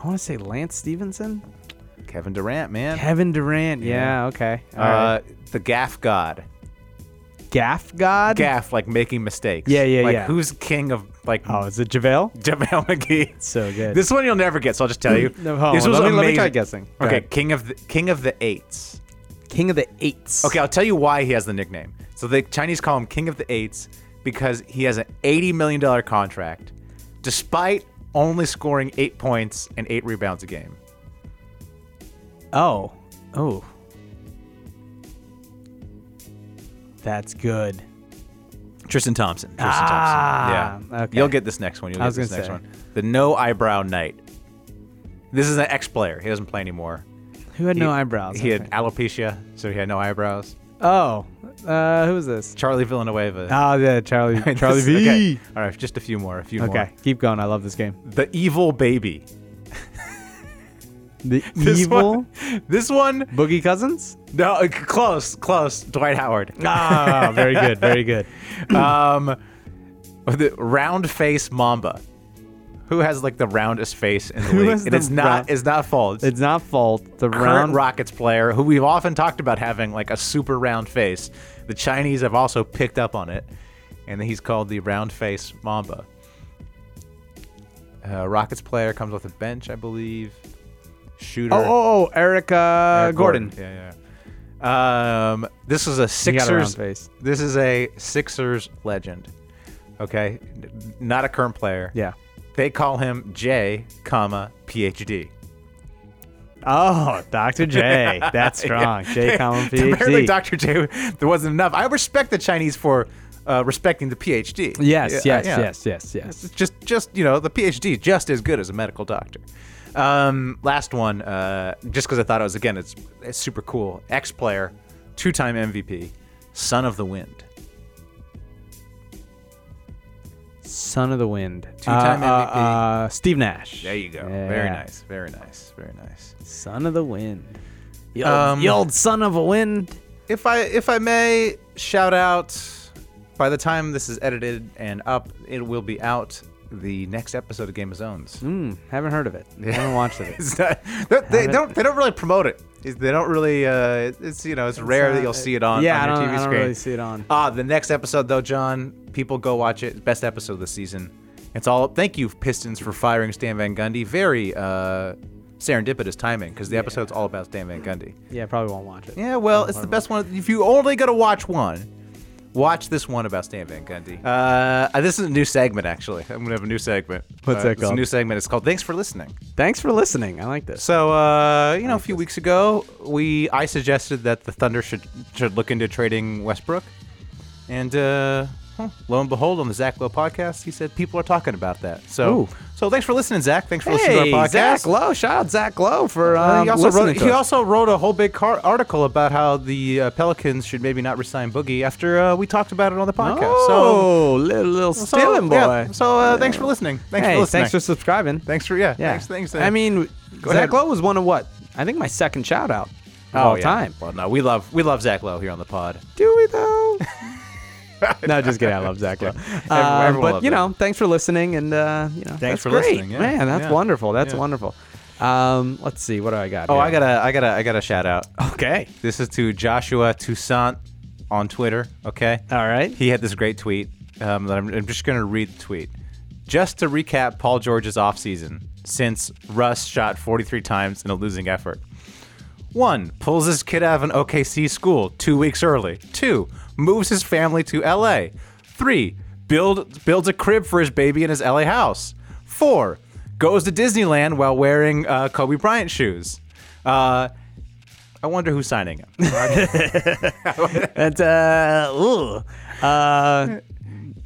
Speaker 7: I want to say Lance Stevenson,
Speaker 6: Kevin Durant, man.
Speaker 7: Kevin Durant. Yeah, okay.
Speaker 6: uh,
Speaker 7: All right.
Speaker 6: The Gaff God.
Speaker 7: Gaff God.
Speaker 6: Gaff, like making mistakes.
Speaker 7: Yeah, yeah,
Speaker 6: like,
Speaker 7: yeah.
Speaker 6: Who's king of like
Speaker 7: Oh, is it Javale?
Speaker 6: JaVale McGee?
Speaker 7: So good.
Speaker 6: This one you'll never get, so I'll just tell you.
Speaker 7: No, hold
Speaker 6: this
Speaker 7: on,
Speaker 6: was
Speaker 7: let me- let me try
Speaker 6: amazing.
Speaker 7: guessing. Go
Speaker 6: Okay,
Speaker 7: ahead.
Speaker 6: king of the king of the eights.
Speaker 7: King of the Eights.
Speaker 6: Okay, I'll tell you why he has the nickname. So the Chinese call him King of the Eights because he has an eighty million dollar contract, despite only scoring eight points and eight rebounds a game.
Speaker 7: Oh. Oh. That's good.
Speaker 6: Tristan Thompson. Tristan
Speaker 7: Ah,
Speaker 6: Thompson. Yeah.
Speaker 7: okay.
Speaker 6: You'll get this next one. You'll
Speaker 7: I
Speaker 6: get
Speaker 7: was
Speaker 6: this
Speaker 7: gonna
Speaker 6: next
Speaker 7: say.
Speaker 6: one. The no eyebrow knight. This is an ex player. He doesn't play anymore.
Speaker 7: Who had no
Speaker 6: He-
Speaker 7: eyebrows?
Speaker 6: He had
Speaker 7: Okay.
Speaker 6: alopecia, so he had no eyebrows.
Speaker 7: Oh. Uh, who was this?
Speaker 6: Charlie Villanueva.
Speaker 7: Oh, yeah, Charlie.
Speaker 6: This-
Speaker 7: Charlie V.
Speaker 6: Okay. All right, just a few more. A few more.
Speaker 7: Okay, keep going. I love this game.
Speaker 6: The evil baby.
Speaker 7: The
Speaker 6: This
Speaker 7: evil
Speaker 6: One, this one.
Speaker 7: Boogie Cousins.
Speaker 6: No, uh, c- close, close. Dwight Howard. Oh,
Speaker 7: Ah, very good, very good.
Speaker 6: Um, the round face Mamba. Who has like the roundest face in the
Speaker 7: Who
Speaker 6: league?
Speaker 7: has
Speaker 6: And
Speaker 7: the
Speaker 6: it's not.
Speaker 7: round-
Speaker 6: It's not false.
Speaker 7: It's not fault. The
Speaker 6: current
Speaker 7: round
Speaker 6: Rockets player who we've often talked about having like a super round face. The Chinese have also picked up on it, and he's called the round face Mamba. Uh, Rockets player comes off the bench, I believe. Shooter.
Speaker 7: Oh, oh, oh, Eric, uh,
Speaker 6: Eric
Speaker 7: Gordon.
Speaker 6: Yeah, yeah. Um, this is a
Speaker 7: He got a round
Speaker 6: Sixers.
Speaker 7: face.
Speaker 6: This is a Sixers legend. Okay, N- not a current player.
Speaker 7: Yeah.
Speaker 6: They call him J, comma PhD.
Speaker 7: Oh, Dr. J. That's strong. J. Common
Speaker 6: Apparently,
Speaker 7: PhD.
Speaker 6: Dr. J, there wasn't enough. I respect the Chinese for uh, respecting the PhD.
Speaker 7: yes,
Speaker 6: Yeah,
Speaker 7: yes,
Speaker 6: yeah.
Speaker 7: yes, yes, yes.
Speaker 6: It's Just, just you know, the PhD is just as good as a medical doctor. Um, last one, uh, just because I thought it was again, it's, it's super cool. Ex player, two time MVP, son of the wind.
Speaker 7: Son of the Wind.
Speaker 6: Two-time
Speaker 7: Uh,
Speaker 6: MVP.
Speaker 7: Uh, uh, Steve Nash.
Speaker 6: There you go. Very
Speaker 7: Yeah.
Speaker 6: nice. Very nice. Very nice.
Speaker 7: Son of the Wind. The old,
Speaker 6: Um,
Speaker 7: the old son of a wind.
Speaker 6: If I, if I may, shout out. By the time this is edited and up, it will be out. The next episode of Game of Zones.
Speaker 7: Hmm, haven't heard of it. Haven't watched it.
Speaker 6: It's not, they, they don't. They don't really promote it. It's- They don't really. Uh, it's you know. It's, rare that
Speaker 7: not-
Speaker 6: you'll see it on. on
Speaker 7: yeah, I
Speaker 6: your
Speaker 7: don't-
Speaker 6: TV
Speaker 7: I don't
Speaker 6: screen.
Speaker 7: really see it on.
Speaker 6: Ah, the next episode though, John. People go watch it. Best episode of the season. It's all. Thank you, Pistons, for firing Stan Van Gundy. Very uh, serendipitous timing because the episode's all about Stan Van Gundy.
Speaker 7: Yeah, probably won't watch it.
Speaker 6: Yeah, well, it's the best one. If you only gonna watch one, watch this one about Stan Van Gundy. Uh, this is a new segment actually. I'm gonna have a new segment.
Speaker 7: What's
Speaker 6: Uh,
Speaker 7: that
Speaker 6: it's a
Speaker 7: called?
Speaker 6: new segment. It's called "Thanks for Listening."
Speaker 7: Thanks for listening. I like this.
Speaker 6: So uh, you know, a few weeks ago, we I suggested that the Thunder should should look into trading Westbrook, and uh, huh, lo and behold, on the Zach Lowe podcast, he said people are talking about that. So
Speaker 7: Ooh.
Speaker 6: so thanks for listening, Zach. Thanks for listening
Speaker 7: Hey,
Speaker 6: to our podcast.
Speaker 7: Zach Lowe. Shout out Zach Lowe for um,
Speaker 6: Uh, he also
Speaker 7: listening
Speaker 6: wrote,
Speaker 7: to
Speaker 6: he
Speaker 7: us.
Speaker 6: also wrote a whole big car- article about how the uh, Pelicans should maybe not resign Boogie after uh, we talked about it on the podcast.
Speaker 7: Oh, little, little
Speaker 6: so, so
Speaker 7: stealing boy.
Speaker 6: yeah, so uh, thanks for listening. Thanks
Speaker 7: hey,
Speaker 6: for listening.
Speaker 7: thanks for subscribing.
Speaker 6: thanks for yeah.
Speaker 7: yeah.
Speaker 6: Thanks, thanks.
Speaker 7: I mean, Zach
Speaker 6: ahead.
Speaker 7: Lowe was one of what? I think my second shout out of
Speaker 6: oh,
Speaker 7: all
Speaker 6: yeah.
Speaker 7: time.
Speaker 6: Well, no, we love we love Zach Lowe here on the pod.
Speaker 7: Do we though? no, just kidding. I love Zach Lowe. Uh,
Speaker 6: everyone
Speaker 7: but
Speaker 6: loves
Speaker 7: you know,
Speaker 6: him.
Speaker 7: thanks for listening, and uh, you know, that's
Speaker 6: for
Speaker 7: great.
Speaker 6: listening, yeah,
Speaker 7: man. That's
Speaker 6: yeah,
Speaker 7: wonderful. That's
Speaker 6: yeah.
Speaker 7: wonderful. Um, let's see, what do I got?
Speaker 6: Oh,
Speaker 7: here?
Speaker 6: I got to I got to I got to shout out. Oh,
Speaker 7: Okay.
Speaker 6: This is to Joshua Toussaint on Twitter. Okay.
Speaker 7: All right.
Speaker 6: He had this great tweet um, that I'm, I'm just going to read the tweet. Just to recap Paul George's offseason, since Russ shot 43 times in a losing effort. One, pulls his kid out of an OKC school two weeks early. Two, moves his family to LA. Three, build, builds a crib for his baby in his LA house. Four, goes to Disneyland while wearing uh, Kobe Bryant shoes. Uh, I wonder who's signing him.
Speaker 7: That's uh, ooh. Uh,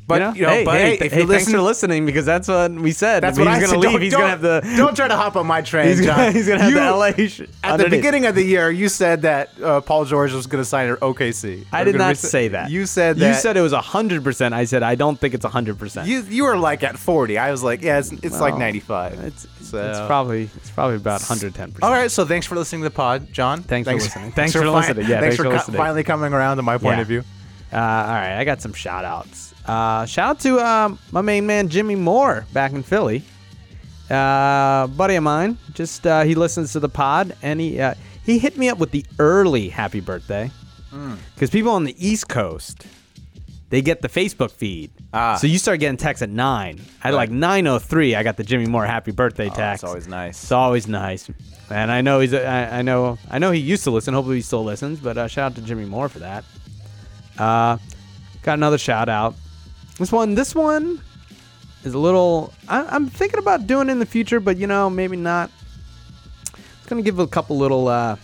Speaker 6: But, you
Speaker 7: you know,
Speaker 6: know,
Speaker 7: hey,
Speaker 6: but,
Speaker 7: hey,
Speaker 6: hey,
Speaker 7: th-
Speaker 6: if you
Speaker 7: hey, thanks
Speaker 6: listen-
Speaker 7: for listening because that's what we said.
Speaker 6: That's
Speaker 7: If
Speaker 6: what
Speaker 7: he's
Speaker 6: I
Speaker 7: gonna
Speaker 6: said.
Speaker 7: leave.
Speaker 6: Don't-
Speaker 7: He's gonna have
Speaker 6: don't-
Speaker 7: the.
Speaker 6: Don't try to hop on my train,
Speaker 7: He's gonna,
Speaker 6: John.
Speaker 7: he's gonna have
Speaker 6: You-
Speaker 7: the LA. Sh-
Speaker 6: At the
Speaker 7: underneath.
Speaker 6: beginning of the year, you said that uh, Paul George was going to sign at OKC.
Speaker 7: I
Speaker 6: Or
Speaker 7: did
Speaker 6: gonna
Speaker 7: not
Speaker 6: resi-
Speaker 7: say that.
Speaker 6: You said that.
Speaker 7: You said it was hundred percent. I said I don't think it's hundred percent.
Speaker 6: You, you were like at 40. I was like, yeah, it's, it's like
Speaker 7: Well,
Speaker 6: 95.
Speaker 7: It's
Speaker 6: So-
Speaker 7: it's probably it's probably about hundred ten percent.
Speaker 6: All right, so thanks for listening to the pod, John.
Speaker 7: Thanks for listening. Thanks for
Speaker 6: fi-
Speaker 7: listening. Yeah,
Speaker 6: thanks,
Speaker 7: thanks
Speaker 6: for,
Speaker 7: for
Speaker 6: co-
Speaker 7: listening.
Speaker 6: finally coming around to my point
Speaker 7: Yeah.
Speaker 6: of view.
Speaker 7: Uh, all right, I got some shout outs. Uh, shout out to um, my main man Jimmy Moore back in Philly. Uh, buddy of mine, just uh, he listens to the pod and he uh, he hit me up with the early happy birthday
Speaker 6: Hmm.
Speaker 7: because people on the East Coast they get the Facebook feed,
Speaker 6: Ah.
Speaker 7: so you start getting texts at nine. At like nine oh three, I got the Jimmy Moore happy birthday text.
Speaker 6: Oh, always nice.
Speaker 7: It's always nice, and I know he's a, I, I know I know he used to listen. Hopefully he still listens. But uh, shout out to Jimmy Moore for that. Uh, got another shout out. This one, this one is a little. I, I'm thinking about doing in the future, but you know, maybe not. It's gonna give a couple little. Uh,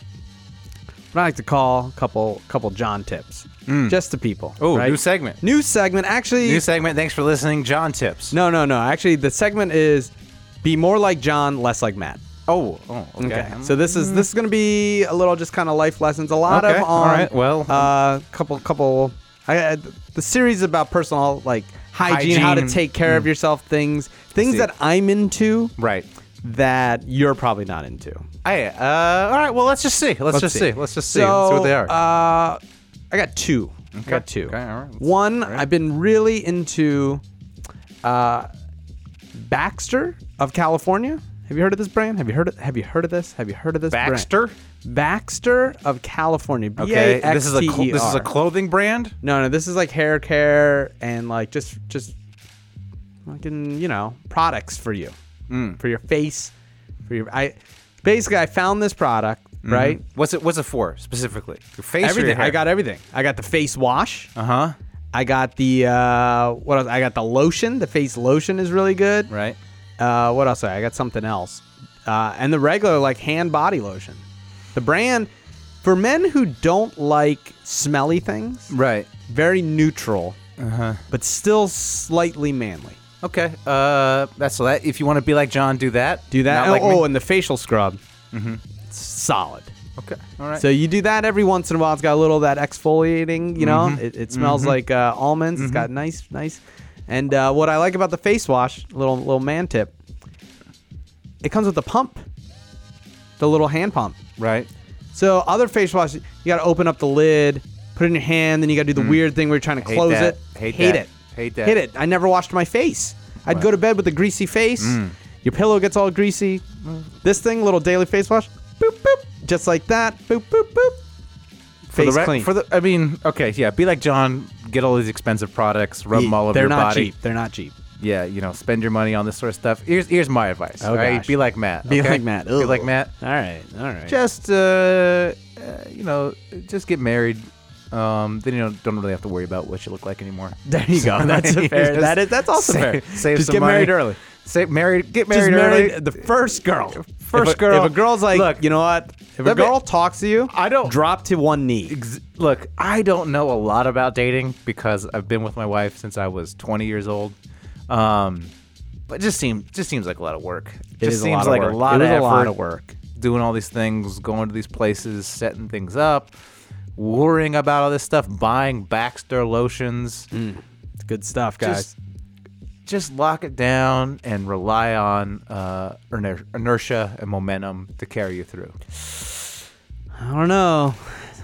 Speaker 7: what I like to call a couple couple John tips, just to people.
Speaker 6: Oh,
Speaker 7: right?
Speaker 6: new segment.
Speaker 7: New segment. Actually,
Speaker 6: New segment. Thanks for listening, John Tips.
Speaker 7: no, no, no. Actually, the segment is be more like John, less like Matt.
Speaker 6: Oh, oh okay.
Speaker 7: Okay. So this is this is gonna be a little just kind of life lessons. A lot
Speaker 6: Okay,
Speaker 7: of
Speaker 6: all
Speaker 7: on.
Speaker 6: right, well.
Speaker 7: uh, couple couple. I, I, the series is about personal like hygiene, how to
Speaker 6: Hygiene.
Speaker 7: take care of yourself, things things
Speaker 6: Mm. see.
Speaker 7: that I'm into
Speaker 6: right.
Speaker 7: that you're probably not into.
Speaker 6: Hey, uh, all right. Well, let's just see. Let's, just see. Let's just see. let's see what they are.
Speaker 7: Uh, I got two. I got
Speaker 6: Okay.
Speaker 7: two.
Speaker 6: Okay, all right. Let's-
Speaker 7: One, I've been really into uh, Baxter of California. Have you heard of this brand? Have you heard of Have you heard of this? Have you heard of this brand?
Speaker 6: Baxter?
Speaker 7: Baxter of California.
Speaker 6: okay. This is a cl- this is a
Speaker 7: B-A-X-T-E-R.
Speaker 6: clothing brand.
Speaker 7: E No, no, this is like hair care and like just just fucking you know products for you,
Speaker 6: Hmm.
Speaker 7: for your face, for your. I basically I found this product
Speaker 6: Mm-hmm.
Speaker 7: right.
Speaker 6: What's it? What's it for specifically? Your face. Or your
Speaker 7: Everything.
Speaker 6: hair?
Speaker 7: I got everything. I got the face wash.
Speaker 6: Uh huh.
Speaker 7: I got the uh, what else? I got the lotion. The face lotion is really good.
Speaker 6: Right.
Speaker 7: Uh, what else? I got something else. Uh, and the regular like hand body lotion. The brand for men who don't like smelly things.
Speaker 6: Right.
Speaker 7: Very neutral,
Speaker 6: Uh-huh.
Speaker 7: but still slightly manly.
Speaker 6: Okay. Uh, that's so that. If you want to be like John, do that.
Speaker 7: Do that.
Speaker 6: Not
Speaker 7: Oh,
Speaker 6: like
Speaker 7: oh,
Speaker 6: me. Mm-hmm.
Speaker 7: and the facial scrub. It's solid.
Speaker 6: Okay. All right.
Speaker 7: So you do that every once in a while. It's got a little of that exfoliating, you know.
Speaker 6: Mm-hmm.
Speaker 7: It, it smells like uh, almonds. It's got nice, nice. And uh, what I like about the face wash, little little man tip, it comes with a pump, the little hand pump.
Speaker 6: right.
Speaker 7: So other face wash, you got to open up the lid, put it in your hand, then you got to do the weird thing where you're trying to
Speaker 6: Mm. Hate
Speaker 7: close
Speaker 6: that.
Speaker 7: it.
Speaker 6: Hate
Speaker 7: hate
Speaker 6: that.
Speaker 7: it.
Speaker 6: Hate that.
Speaker 7: Hate it. I never washed my face. I'd go to bed with a greasy face.
Speaker 6: Mm.
Speaker 7: Your pillow gets all greasy. This thing, little daily face wash, boop boop, just like that. Boop boop boop.
Speaker 6: For
Speaker 7: Face
Speaker 6: the, re-
Speaker 7: clean.
Speaker 6: for the, I mean, okay, yeah. Be like John. Get all these expensive products. Rub them all over
Speaker 7: They're
Speaker 6: your
Speaker 7: not
Speaker 6: body.
Speaker 7: cheap. They're not cheap.
Speaker 6: Yeah, you know, spend your money on this sort of stuff. Here's here's my advice.
Speaker 7: Oh,
Speaker 6: all right,
Speaker 7: gosh.
Speaker 6: be like Matt.
Speaker 7: Be
Speaker 6: okay?
Speaker 7: like Matt.
Speaker 6: Be like
Speaker 7: Ugh.
Speaker 6: Matt.
Speaker 7: All right. All right.
Speaker 6: Just uh, uh, you know, just get married. Um, then you know, don't really have to worry about what you look like anymore.
Speaker 7: there you go. That's a fair.
Speaker 6: Just
Speaker 7: That is. That's also
Speaker 6: save,
Speaker 7: fair.
Speaker 6: Save
Speaker 7: just
Speaker 6: some
Speaker 7: get married
Speaker 6: money.
Speaker 7: early.
Speaker 6: Save married. Get
Speaker 7: Just
Speaker 6: married
Speaker 7: married
Speaker 6: early.
Speaker 7: the first girl.
Speaker 6: First
Speaker 7: If a-
Speaker 6: girl.
Speaker 7: If a girl's like,
Speaker 6: Look,
Speaker 7: you know what? If a
Speaker 6: let me-
Speaker 7: girl talks to you,
Speaker 6: I don't-
Speaker 7: drop to one knee.
Speaker 6: Ex- Look, I don't know a lot about dating because I've been with my wife since I was 20 years old. Um, but it just seems just seems like a lot of work.
Speaker 7: It
Speaker 6: just
Speaker 7: is a
Speaker 6: seems
Speaker 7: lot of
Speaker 6: like
Speaker 7: work.
Speaker 6: a lot
Speaker 7: It
Speaker 6: of
Speaker 7: is
Speaker 6: effort,
Speaker 7: a lot of work.
Speaker 6: Doing all these things, going to these places, setting things up, worrying about all this stuff, buying Baxter lotions.
Speaker 7: It's good stuff, Mm, guys.
Speaker 6: Just, just lock it down and rely on uh, iner- inertia and momentum to carry you through.
Speaker 7: I don't know.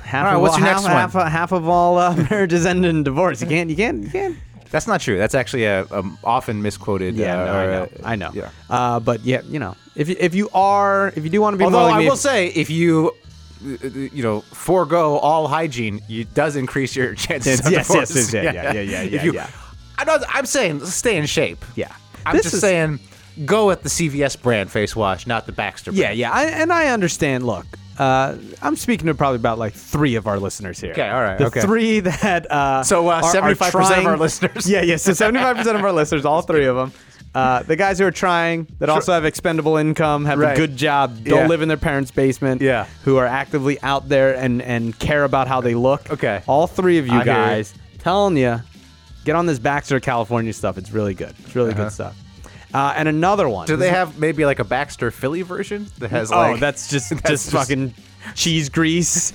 Speaker 7: Half
Speaker 6: All right,
Speaker 7: of
Speaker 6: what's
Speaker 7: all,
Speaker 6: your
Speaker 7: half,
Speaker 6: next one?
Speaker 7: Half, half of all uh, marriages end in divorce. You can't. You can't. You can't.
Speaker 6: That's not true. That's actually a, a often misquoted.
Speaker 7: Yeah,
Speaker 6: uh,
Speaker 7: no,
Speaker 6: or,
Speaker 7: I
Speaker 6: uh,
Speaker 7: know. I know.
Speaker 6: Yeah.
Speaker 7: Uh, but yeah, you know, if you, if you are, if you do want to be,
Speaker 6: Although I
Speaker 7: motivated-
Speaker 6: will say, if you uh, uh, you know forego all hygiene, it does increase your chances. of
Speaker 7: Yes, yes,
Speaker 6: divorce.
Speaker 7: yes, yeah, yeah, yeah, yeah,
Speaker 6: If you,
Speaker 7: yeah.
Speaker 6: I'm not. I'm saying stay in shape.
Speaker 7: yeah,
Speaker 6: I'm
Speaker 7: This
Speaker 6: just
Speaker 7: is-
Speaker 6: saying go with the CVS brand face wash, not the Baxter.
Speaker 7: Yeah,
Speaker 6: brand.
Speaker 7: yeah, I, and I understand. Look, uh, I'm speaking to probably about like three of our listeners here.
Speaker 6: Okay, all right,
Speaker 7: The
Speaker 6: okay.
Speaker 7: three that uh,
Speaker 6: So, uh,
Speaker 7: are- are
Speaker 6: 75% of our
Speaker 7: trying-
Speaker 6: listeners.
Speaker 7: Yeah, yeah. So 75 percent of our listeners, all three of them. Uh, the guys who are trying that also have expendable income, have
Speaker 6: Right.
Speaker 7: a good job, don't
Speaker 6: Yeah.
Speaker 7: live in their parents' basement,
Speaker 6: Yeah.
Speaker 7: who are actively out there and and care about how they look.
Speaker 6: Okay.
Speaker 7: all three of you
Speaker 6: I hear you.
Speaker 7: guys, telling you, get on this Baxter California stuff. It's really good. It's really
Speaker 6: Uh-huh.
Speaker 7: good stuff. Uh, and another one.
Speaker 6: Do
Speaker 7: This
Speaker 6: they
Speaker 7: is-
Speaker 6: have maybe like a Baxter Philly version that has
Speaker 7: Oh,
Speaker 6: like?
Speaker 7: that's just
Speaker 6: just-
Speaker 7: just fucking cheese grease.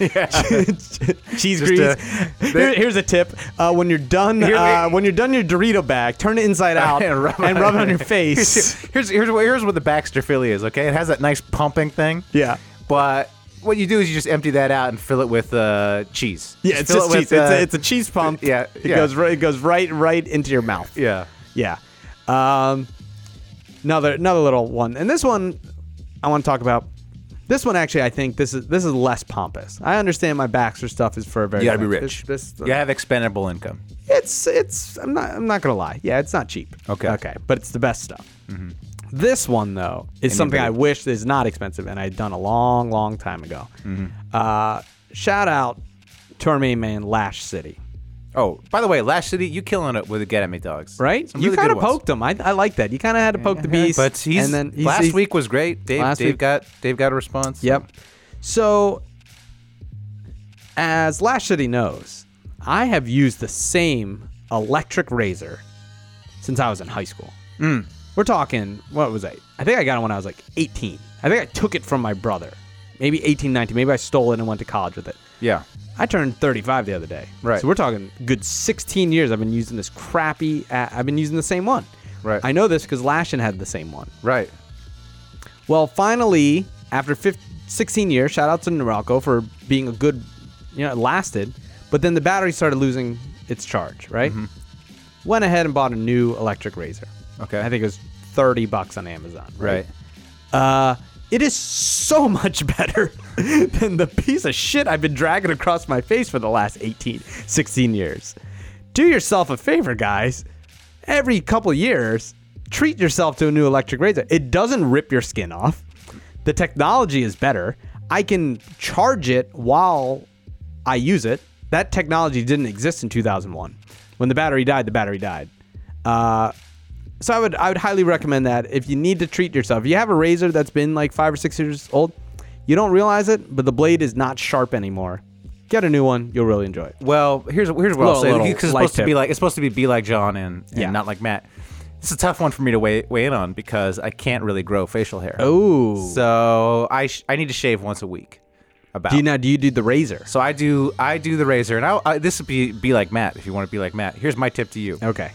Speaker 7: cheese
Speaker 6: Just,
Speaker 7: grease.
Speaker 6: uh,
Speaker 7: Here- here's a tip: uh, when you're done,
Speaker 6: Here-
Speaker 7: uh, when you're done your Dorito bag, turn it inside out and rub, it on your
Speaker 6: Here's
Speaker 7: face.
Speaker 6: here's here's what, here's what the Baxter Philly is. Okay, it has that nice pumping thing.
Speaker 7: yeah.
Speaker 6: But what you do is you just empty that out and fill it with uh, cheese.
Speaker 7: Yeah, it's
Speaker 6: fill
Speaker 7: just
Speaker 6: it
Speaker 7: cheese.
Speaker 6: with,
Speaker 7: it's,
Speaker 6: uh,
Speaker 7: a, it's a cheese pump.
Speaker 6: yeah,
Speaker 7: it
Speaker 6: yeah.
Speaker 7: goes right. It goes right, right into your mouth.
Speaker 6: yeah.
Speaker 7: Yeah. Um, another another little one, and this one I want to talk about. This one actually, I think this is this is less pompous. I understand my Baxter stuff is for a very
Speaker 6: You gotta be
Speaker 7: this-
Speaker 6: rich.
Speaker 7: This, uh,
Speaker 6: you gotta have expendable income.
Speaker 7: it's it's I'm not I'm not gonna lie. Yeah, it's not cheap.
Speaker 6: Okay. Mm-hmm.
Speaker 7: Okay, but it's the best stuff. This one though is something I
Speaker 6: Anybody-
Speaker 7: wish is not expensive, and I'd done a long, long time ago.
Speaker 6: Mm-hmm.
Speaker 7: Uh, shout out to our main man Lash City,
Speaker 6: Oh, by the way, Lash City, you killing it with the Get At Me dogs,
Speaker 7: right?
Speaker 6: Some
Speaker 7: you
Speaker 6: really
Speaker 7: kind
Speaker 6: good
Speaker 7: of
Speaker 6: ones.
Speaker 7: poked him. I, I like that. You kind of had to poke the beast,
Speaker 6: but he's,
Speaker 7: and then he's-
Speaker 6: last
Speaker 7: he's-
Speaker 6: week was great. Dave,
Speaker 7: Last
Speaker 6: Dave
Speaker 7: week-
Speaker 6: got Dave got a response.
Speaker 7: Yep. So, as Lash City knows, I have used the same electric razor since I was in high school.
Speaker 6: Mm.
Speaker 7: We're talking, what was I? I think I got it when I was like 18. I think I took it from my brother, maybe 18, 19. Maybe I stole it and went to college with it.
Speaker 6: Yeah.
Speaker 7: I turned 35 the other day.
Speaker 6: Right.
Speaker 7: So we're talking good 16 years. I've been using this crappy. Uh, I've been using the same one.
Speaker 6: Right.
Speaker 7: I know this because Lashin had the same one.
Speaker 6: Right.
Speaker 7: Well, finally, after 15, 16 years, shout out to Norelco for being a good, you know, it lasted. But then the battery started losing its charge, right?
Speaker 6: Mm-hmm.
Speaker 7: Went ahead and bought a new electric razor.
Speaker 6: Okay.
Speaker 7: I think it was 30 bucks on Amazon,
Speaker 6: Right.
Speaker 7: Uh, it is so much better than the piece of shit I've been dragging across my face for the last 18, 16 years. Do yourself a favor, guys. Every couple years, treat yourself to a new electric razor. It doesn't rip your skin off. The technology is better. I can charge it while I use it. That technology didn't exist in 2001. When the battery died, the battery died. Uh, so I would I would highly recommend that if you need to treat yourself. If you have a razor that's been like five or six years old, you don't realize it, but the blade is not sharp anymore. Get a new one. You'll really enjoy it.
Speaker 6: Well, here's here's what
Speaker 7: Little-
Speaker 6: I'll say.
Speaker 7: little
Speaker 6: Because it's
Speaker 7: life
Speaker 6: supposed to be
Speaker 7: tip.
Speaker 6: like it's supposed to be be like John and, and
Speaker 7: Yeah.
Speaker 6: not like Matt. It's a tough one for me to weigh, weigh in on because I can't really grow facial hair.
Speaker 7: Oh, Ooh.
Speaker 6: So I sh- I need to shave once a week. About
Speaker 7: do you now do you do the razor?
Speaker 6: So I do I do the razor, and I, I this would be be like Matt if you want to be like Matt. Here's my tip to you:
Speaker 7: Okay.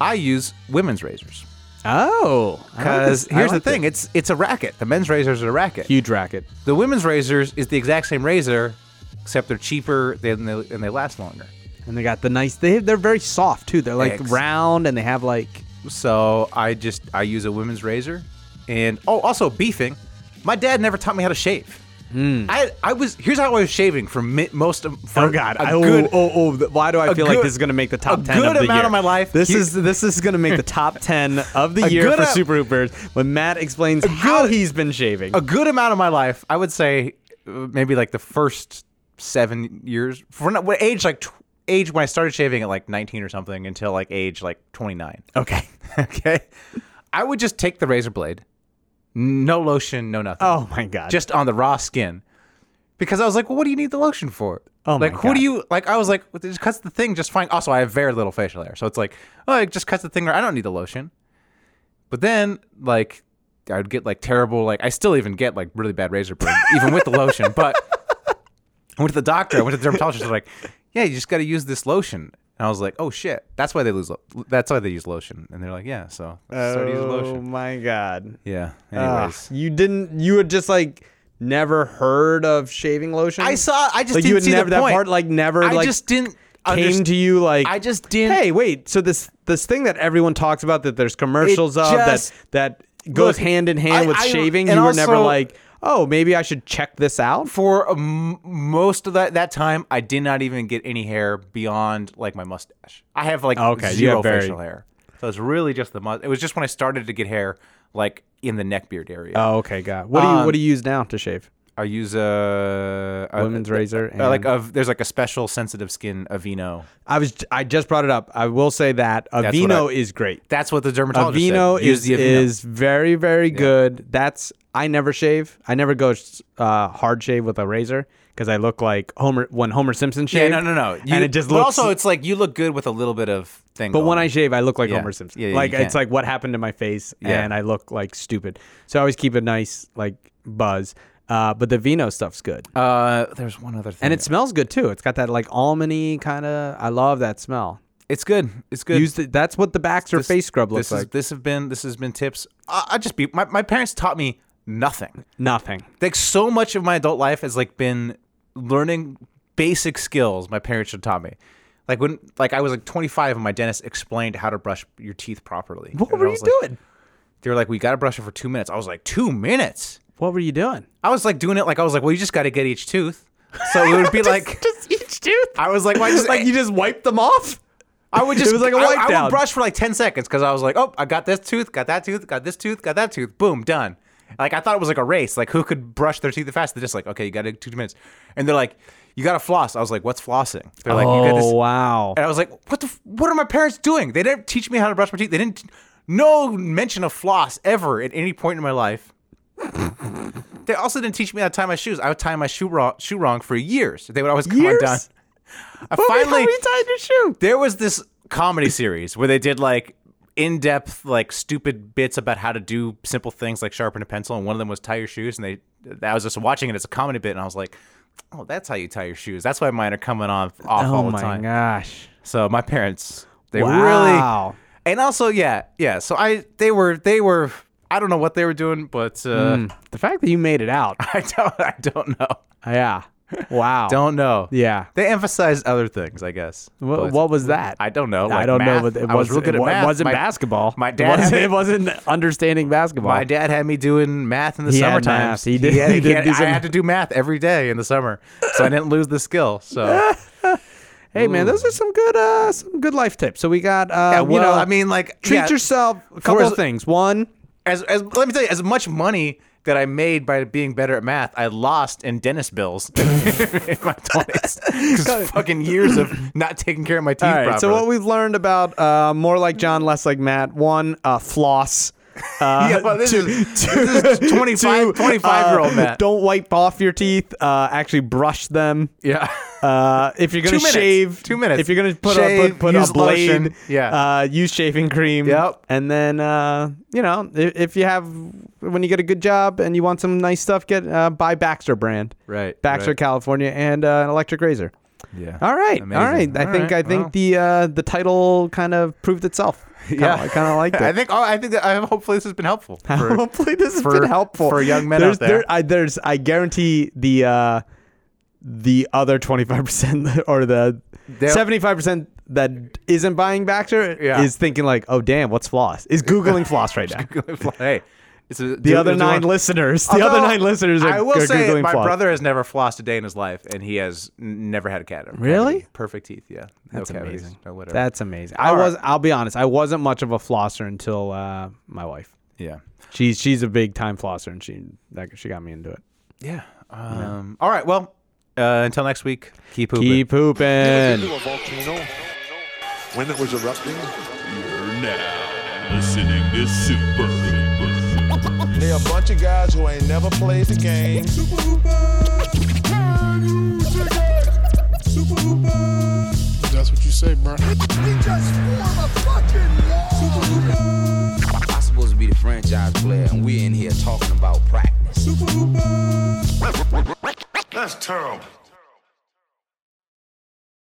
Speaker 6: I use women's razors
Speaker 7: Oh, I like
Speaker 6: because
Speaker 7: this. I
Speaker 6: here's
Speaker 7: like
Speaker 6: the thing:
Speaker 7: this.
Speaker 6: it's it's a racket. The men's razors are a racket.
Speaker 7: huge racket.
Speaker 6: the women's razors is the exact same razor, except they're cheaper than they, and they last longer.
Speaker 7: And they got the nice. They they're very soft too. They're like
Speaker 6: Ex-
Speaker 7: round and they have like
Speaker 6: So I just I use a women's razor, and oh, also beefing. My dad never taught me how to shave. I I was here's how I was shaving for mi- most of for a
Speaker 7: I- Hmm. oh,
Speaker 6: good-
Speaker 7: oh, oh, th- why do I
Speaker 6: a
Speaker 7: feel like
Speaker 6: good-
Speaker 7: this is going to make the top
Speaker 6: a
Speaker 7: 10
Speaker 6: good
Speaker 7: of the
Speaker 6: amount
Speaker 7: year?
Speaker 6: of my life.
Speaker 7: This
Speaker 6: You-
Speaker 7: is this is going to make the top 10 of the
Speaker 6: A
Speaker 7: year
Speaker 6: good
Speaker 7: for
Speaker 6: a-
Speaker 7: Super Hoopers when Matt explains how
Speaker 6: good-
Speaker 7: he's been shaving.
Speaker 6: a good amount of my life, I would say, uh, maybe like the first seven years. For not, what age like tw- age when I started shaving at like 19 or something until like age like 29.
Speaker 7: okay.
Speaker 6: Okay, I would just take the razor blade, no lotion, no nothing,
Speaker 7: Oh my god.
Speaker 6: just on the raw skin, because I was like, well, what do you need the lotion for?
Speaker 7: Oh my
Speaker 6: like who
Speaker 7: God.
Speaker 6: do you like? I was like, well, it just cuts the thing just fine. Also, I have very little facial hair, so it's like, oh, it just cuts the thing. I don't need the lotion. But then, like, I would get like terrible, like, I still even get like really bad razor burn, even with the lotion. But I went to the doctor, I went to the dermatologist, they're like, yeah, you just got to use this lotion. And I was like, oh shit, that's why they lose, lo- that's why they use lotion. And they're like, yeah, so I started using
Speaker 7: oh
Speaker 6: lotion.
Speaker 7: my god.
Speaker 6: Yeah.
Speaker 7: Ah,
Speaker 6: Anyways,
Speaker 7: you didn't you were just like never heard of shaving lotion?
Speaker 6: I saw- I just
Speaker 7: like
Speaker 6: didn't
Speaker 7: you had
Speaker 6: see the
Speaker 7: never that
Speaker 6: point.
Speaker 7: part like never
Speaker 6: I
Speaker 7: like
Speaker 6: just didn't
Speaker 7: came
Speaker 6: underst-
Speaker 7: to you like
Speaker 6: I just didn't-
Speaker 7: Hey, wait. So this this thing that everyone talks about that there's commercials of that
Speaker 6: just-
Speaker 7: that goes
Speaker 6: Look,
Speaker 7: hand in hand
Speaker 6: I-
Speaker 7: with
Speaker 6: I-
Speaker 7: shaving.
Speaker 6: and
Speaker 7: You were never
Speaker 6: also-
Speaker 7: like, oh, maybe I should check this out.
Speaker 6: for um, most of that, that time, I did not even get any hair beyond like my mustache. I have like
Speaker 7: Okay, you
Speaker 6: zero
Speaker 7: have very-
Speaker 6: facial hair, so it's really just the must. It was just when I started to get hair, like in the neck beard area.
Speaker 7: Oh, okay, God. What do you
Speaker 6: Um,
Speaker 7: what do you use now to shave?
Speaker 6: I use a, a
Speaker 7: Women's razor
Speaker 6: uh, like
Speaker 7: and-
Speaker 6: of there's like a special sensitive skin Aveeno.
Speaker 7: I was I just brought it up. I will say that
Speaker 6: That's what
Speaker 7: Aveeno
Speaker 6: I-
Speaker 7: is great.
Speaker 6: That's what the dermatologist
Speaker 7: Avino
Speaker 6: said. Use
Speaker 7: is
Speaker 6: the Aveeno.
Speaker 7: is very very good. That's I never shave. I never go uh, hard shave with a razor because I look like Homer when Homer Simpson
Speaker 6: yeah,
Speaker 7: shaved.
Speaker 6: no, no, no. You-
Speaker 7: and it just
Speaker 6: but
Speaker 7: looks.
Speaker 6: also it's like you look good with a little bit of thing.
Speaker 7: but when
Speaker 6: going
Speaker 7: I
Speaker 6: on.
Speaker 7: shave, I look like
Speaker 6: Yeah.
Speaker 7: Homer Simpson.
Speaker 6: Yeah, yeah, you
Speaker 7: like it's
Speaker 6: can't.
Speaker 7: like what happened to my face,
Speaker 6: Yeah.
Speaker 7: and I look like stupid. So I always keep a nice like buzz. Uh, but the Vino stuff's good,
Speaker 6: uh, there's one other thing,
Speaker 7: and it smells good too. It's got that like almondy kind of. I love that smell.
Speaker 6: it's good. It's good.
Speaker 7: Use the, that's what the Baxter
Speaker 6: This-
Speaker 7: face scrub looks
Speaker 6: this is-
Speaker 7: like.
Speaker 6: this have been this has been tips. I, I just be my, my parents taught me nothing.
Speaker 7: Nothing.
Speaker 6: Like so much of my adult life has like been learning basic skills my parents should taught me. Like when like I was like 25 and my dentist explained how to brush your teeth properly.
Speaker 7: What
Speaker 6: And I
Speaker 7: were you
Speaker 6: was like-
Speaker 7: doing?
Speaker 6: They were like, we gotta brush it for two minutes. I was like, two minutes.
Speaker 7: What were you doing?
Speaker 6: I was like doing it like I was like, well, you just gotta get each tooth. So it would be like
Speaker 7: just each tooth.
Speaker 6: I was like, well, I just,
Speaker 7: like you just wiped them off.
Speaker 6: I would just
Speaker 7: It was like a wipe
Speaker 6: I, I
Speaker 7: down.
Speaker 6: would brush for like ten seconds because I was like, oh, I got this tooth, got that tooth, got this tooth, got that tooth. Boom, done. Like I thought it was like a race, like who could brush their teeth the fastest. They're just like, okay, you got to two minutes, and they're like, you got to floss. I was like, what's flossing? They're like, you got this.
Speaker 7: Oh, wow!
Speaker 6: And I was like, what the? f- What are my parents doing? They didn't teach me how to brush my teeth. They didn't. No mention of floss ever at any point in my life. they also didn't teach me how to tie my shoes. I would tie my shoe wrong, shoe wrong for years. They would always come
Speaker 7: Years?
Speaker 6: undone. I
Speaker 7: Finally,
Speaker 6: finally
Speaker 7: you tied your shoe.
Speaker 6: there was this comedy series where they did like in-depth like stupid bits about how to do simple things like sharpen a pencil and one of them was tie your shoes and they i was just watching it as a comedy bit and i was like oh that's how you tie your shoes that's why mine are coming on off all
Speaker 7: Oh
Speaker 6: the
Speaker 7: my
Speaker 6: time
Speaker 7: gosh!
Speaker 6: so my parents they
Speaker 7: Wow.
Speaker 6: really and also yeah yeah so i they were they were i don't know what they were doing but uh
Speaker 7: The fact that you made it out.
Speaker 6: i don't i don't know
Speaker 7: yeah. Wow.
Speaker 6: don't know
Speaker 7: Yeah.
Speaker 6: they emphasized other things i guess
Speaker 7: Wha-
Speaker 6: But-
Speaker 7: what was that?
Speaker 6: I don't know.
Speaker 7: I
Speaker 6: like
Speaker 7: don't
Speaker 6: math.
Speaker 7: know. But it
Speaker 6: I was
Speaker 7: was
Speaker 6: real good
Speaker 7: it
Speaker 6: at
Speaker 7: wa-
Speaker 6: math.
Speaker 7: wasn't
Speaker 6: My-
Speaker 7: basketball.
Speaker 6: my
Speaker 7: It
Speaker 6: dad
Speaker 7: wasn't-
Speaker 6: had me-
Speaker 7: It wasn't understanding basketball.
Speaker 6: My dad had me doing math in the
Speaker 7: He had
Speaker 6: summertime.
Speaker 7: math. He did-
Speaker 6: had-
Speaker 7: he did
Speaker 6: had-
Speaker 7: do
Speaker 6: I
Speaker 7: some-
Speaker 6: had to do math every day in the summer, so I didn't lose the skill. So
Speaker 7: Uh,
Speaker 6: yeah,
Speaker 7: Hey man, those are some good, uh, some good life tips. So we got, uh,
Speaker 6: well,
Speaker 7: you know,
Speaker 6: I mean, like,
Speaker 7: treat
Speaker 6: yeah,
Speaker 7: yourself. A
Speaker 6: For
Speaker 7: couple
Speaker 6: as-
Speaker 7: of things. One,
Speaker 6: As, as let me tell you, as much money that I made by being better at math, I lost in dentist bills in my twenties. fucking years of not taking care of my teeth
Speaker 7: All right.
Speaker 6: properly.
Speaker 7: So what we've learned about uh, more like John, less like Matt. One, uh, floss. Uh,
Speaker 6: yeah, well, this,
Speaker 7: two-
Speaker 6: is, this is 25, 25 year old
Speaker 7: uh,
Speaker 6: Matt.
Speaker 7: Don't wipe off your teeth. Uh, actually, brush them.
Speaker 6: yeah.
Speaker 7: Uh, if you're gonna
Speaker 6: Two minutes.
Speaker 7: shave,
Speaker 6: Two minutes.
Speaker 7: If you're gonna put a
Speaker 6: Shave,
Speaker 7: put, put a
Speaker 6: use
Speaker 7: blade,
Speaker 6: lotion. Yeah.
Speaker 7: Uh, use shaving cream.
Speaker 6: Yep.
Speaker 7: And then uh, you know, if, if you have when you get a good job and you want some nice stuff, get uh, buy Baxter brand.
Speaker 6: Right,
Speaker 7: Baxter,
Speaker 6: right.
Speaker 7: California, and uh, an electric razor.
Speaker 6: yeah.
Speaker 7: All right,
Speaker 6: Amazing.
Speaker 7: all right. I
Speaker 6: All
Speaker 7: think
Speaker 6: right,
Speaker 7: I think
Speaker 6: well.
Speaker 7: the uh, the title kind of proved itself. Kinda, I kind of liked it.
Speaker 6: I think. Oh, I think. That, I hopefully this has been helpful. for-
Speaker 7: Hopefully, this has
Speaker 6: for-
Speaker 7: been helpful
Speaker 6: for young men
Speaker 7: there's,
Speaker 6: out there.
Speaker 7: I, there's, I guarantee the uh, the other twenty five percent or the
Speaker 6: They'll-
Speaker 7: seventy five percent that isn't buying Baxter
Speaker 6: Yeah.
Speaker 7: is thinking like, "Oh damn, what's floss?" Is googling floss right now.
Speaker 6: hey, it's a,
Speaker 7: The other nine listeners, the other nine listeners are,
Speaker 6: I will
Speaker 7: are
Speaker 6: say,
Speaker 7: googling
Speaker 6: my
Speaker 7: floss.
Speaker 6: brother has never flossed a day in his life, and he has n- never had a cat.
Speaker 7: Really?
Speaker 6: Perfect teeth. Yeah.
Speaker 7: That's
Speaker 6: no cavities,
Speaker 7: amazing.
Speaker 6: No whatever.
Speaker 7: That's amazing.
Speaker 6: All
Speaker 7: I
Speaker 6: right.
Speaker 7: was. I'll be honest. I wasn't much of a flosser until uh, my wife.
Speaker 6: yeah.
Speaker 7: She's she's a big time flosser, and she that, she got me into it.
Speaker 6: Yeah. Um, All right. Well, uh, until next week, keep hooping.
Speaker 7: Keep pooping.
Speaker 1: Into a volcano when it was erupting.
Speaker 2: You're now listening to Super Hoopers.
Speaker 3: They a bunch of guys who ain't never played the game.
Speaker 9: That's what you say, bro.
Speaker 5: I'm supposed to be the franchise player, and we're in here talking about practice.
Speaker 8: That's terrible.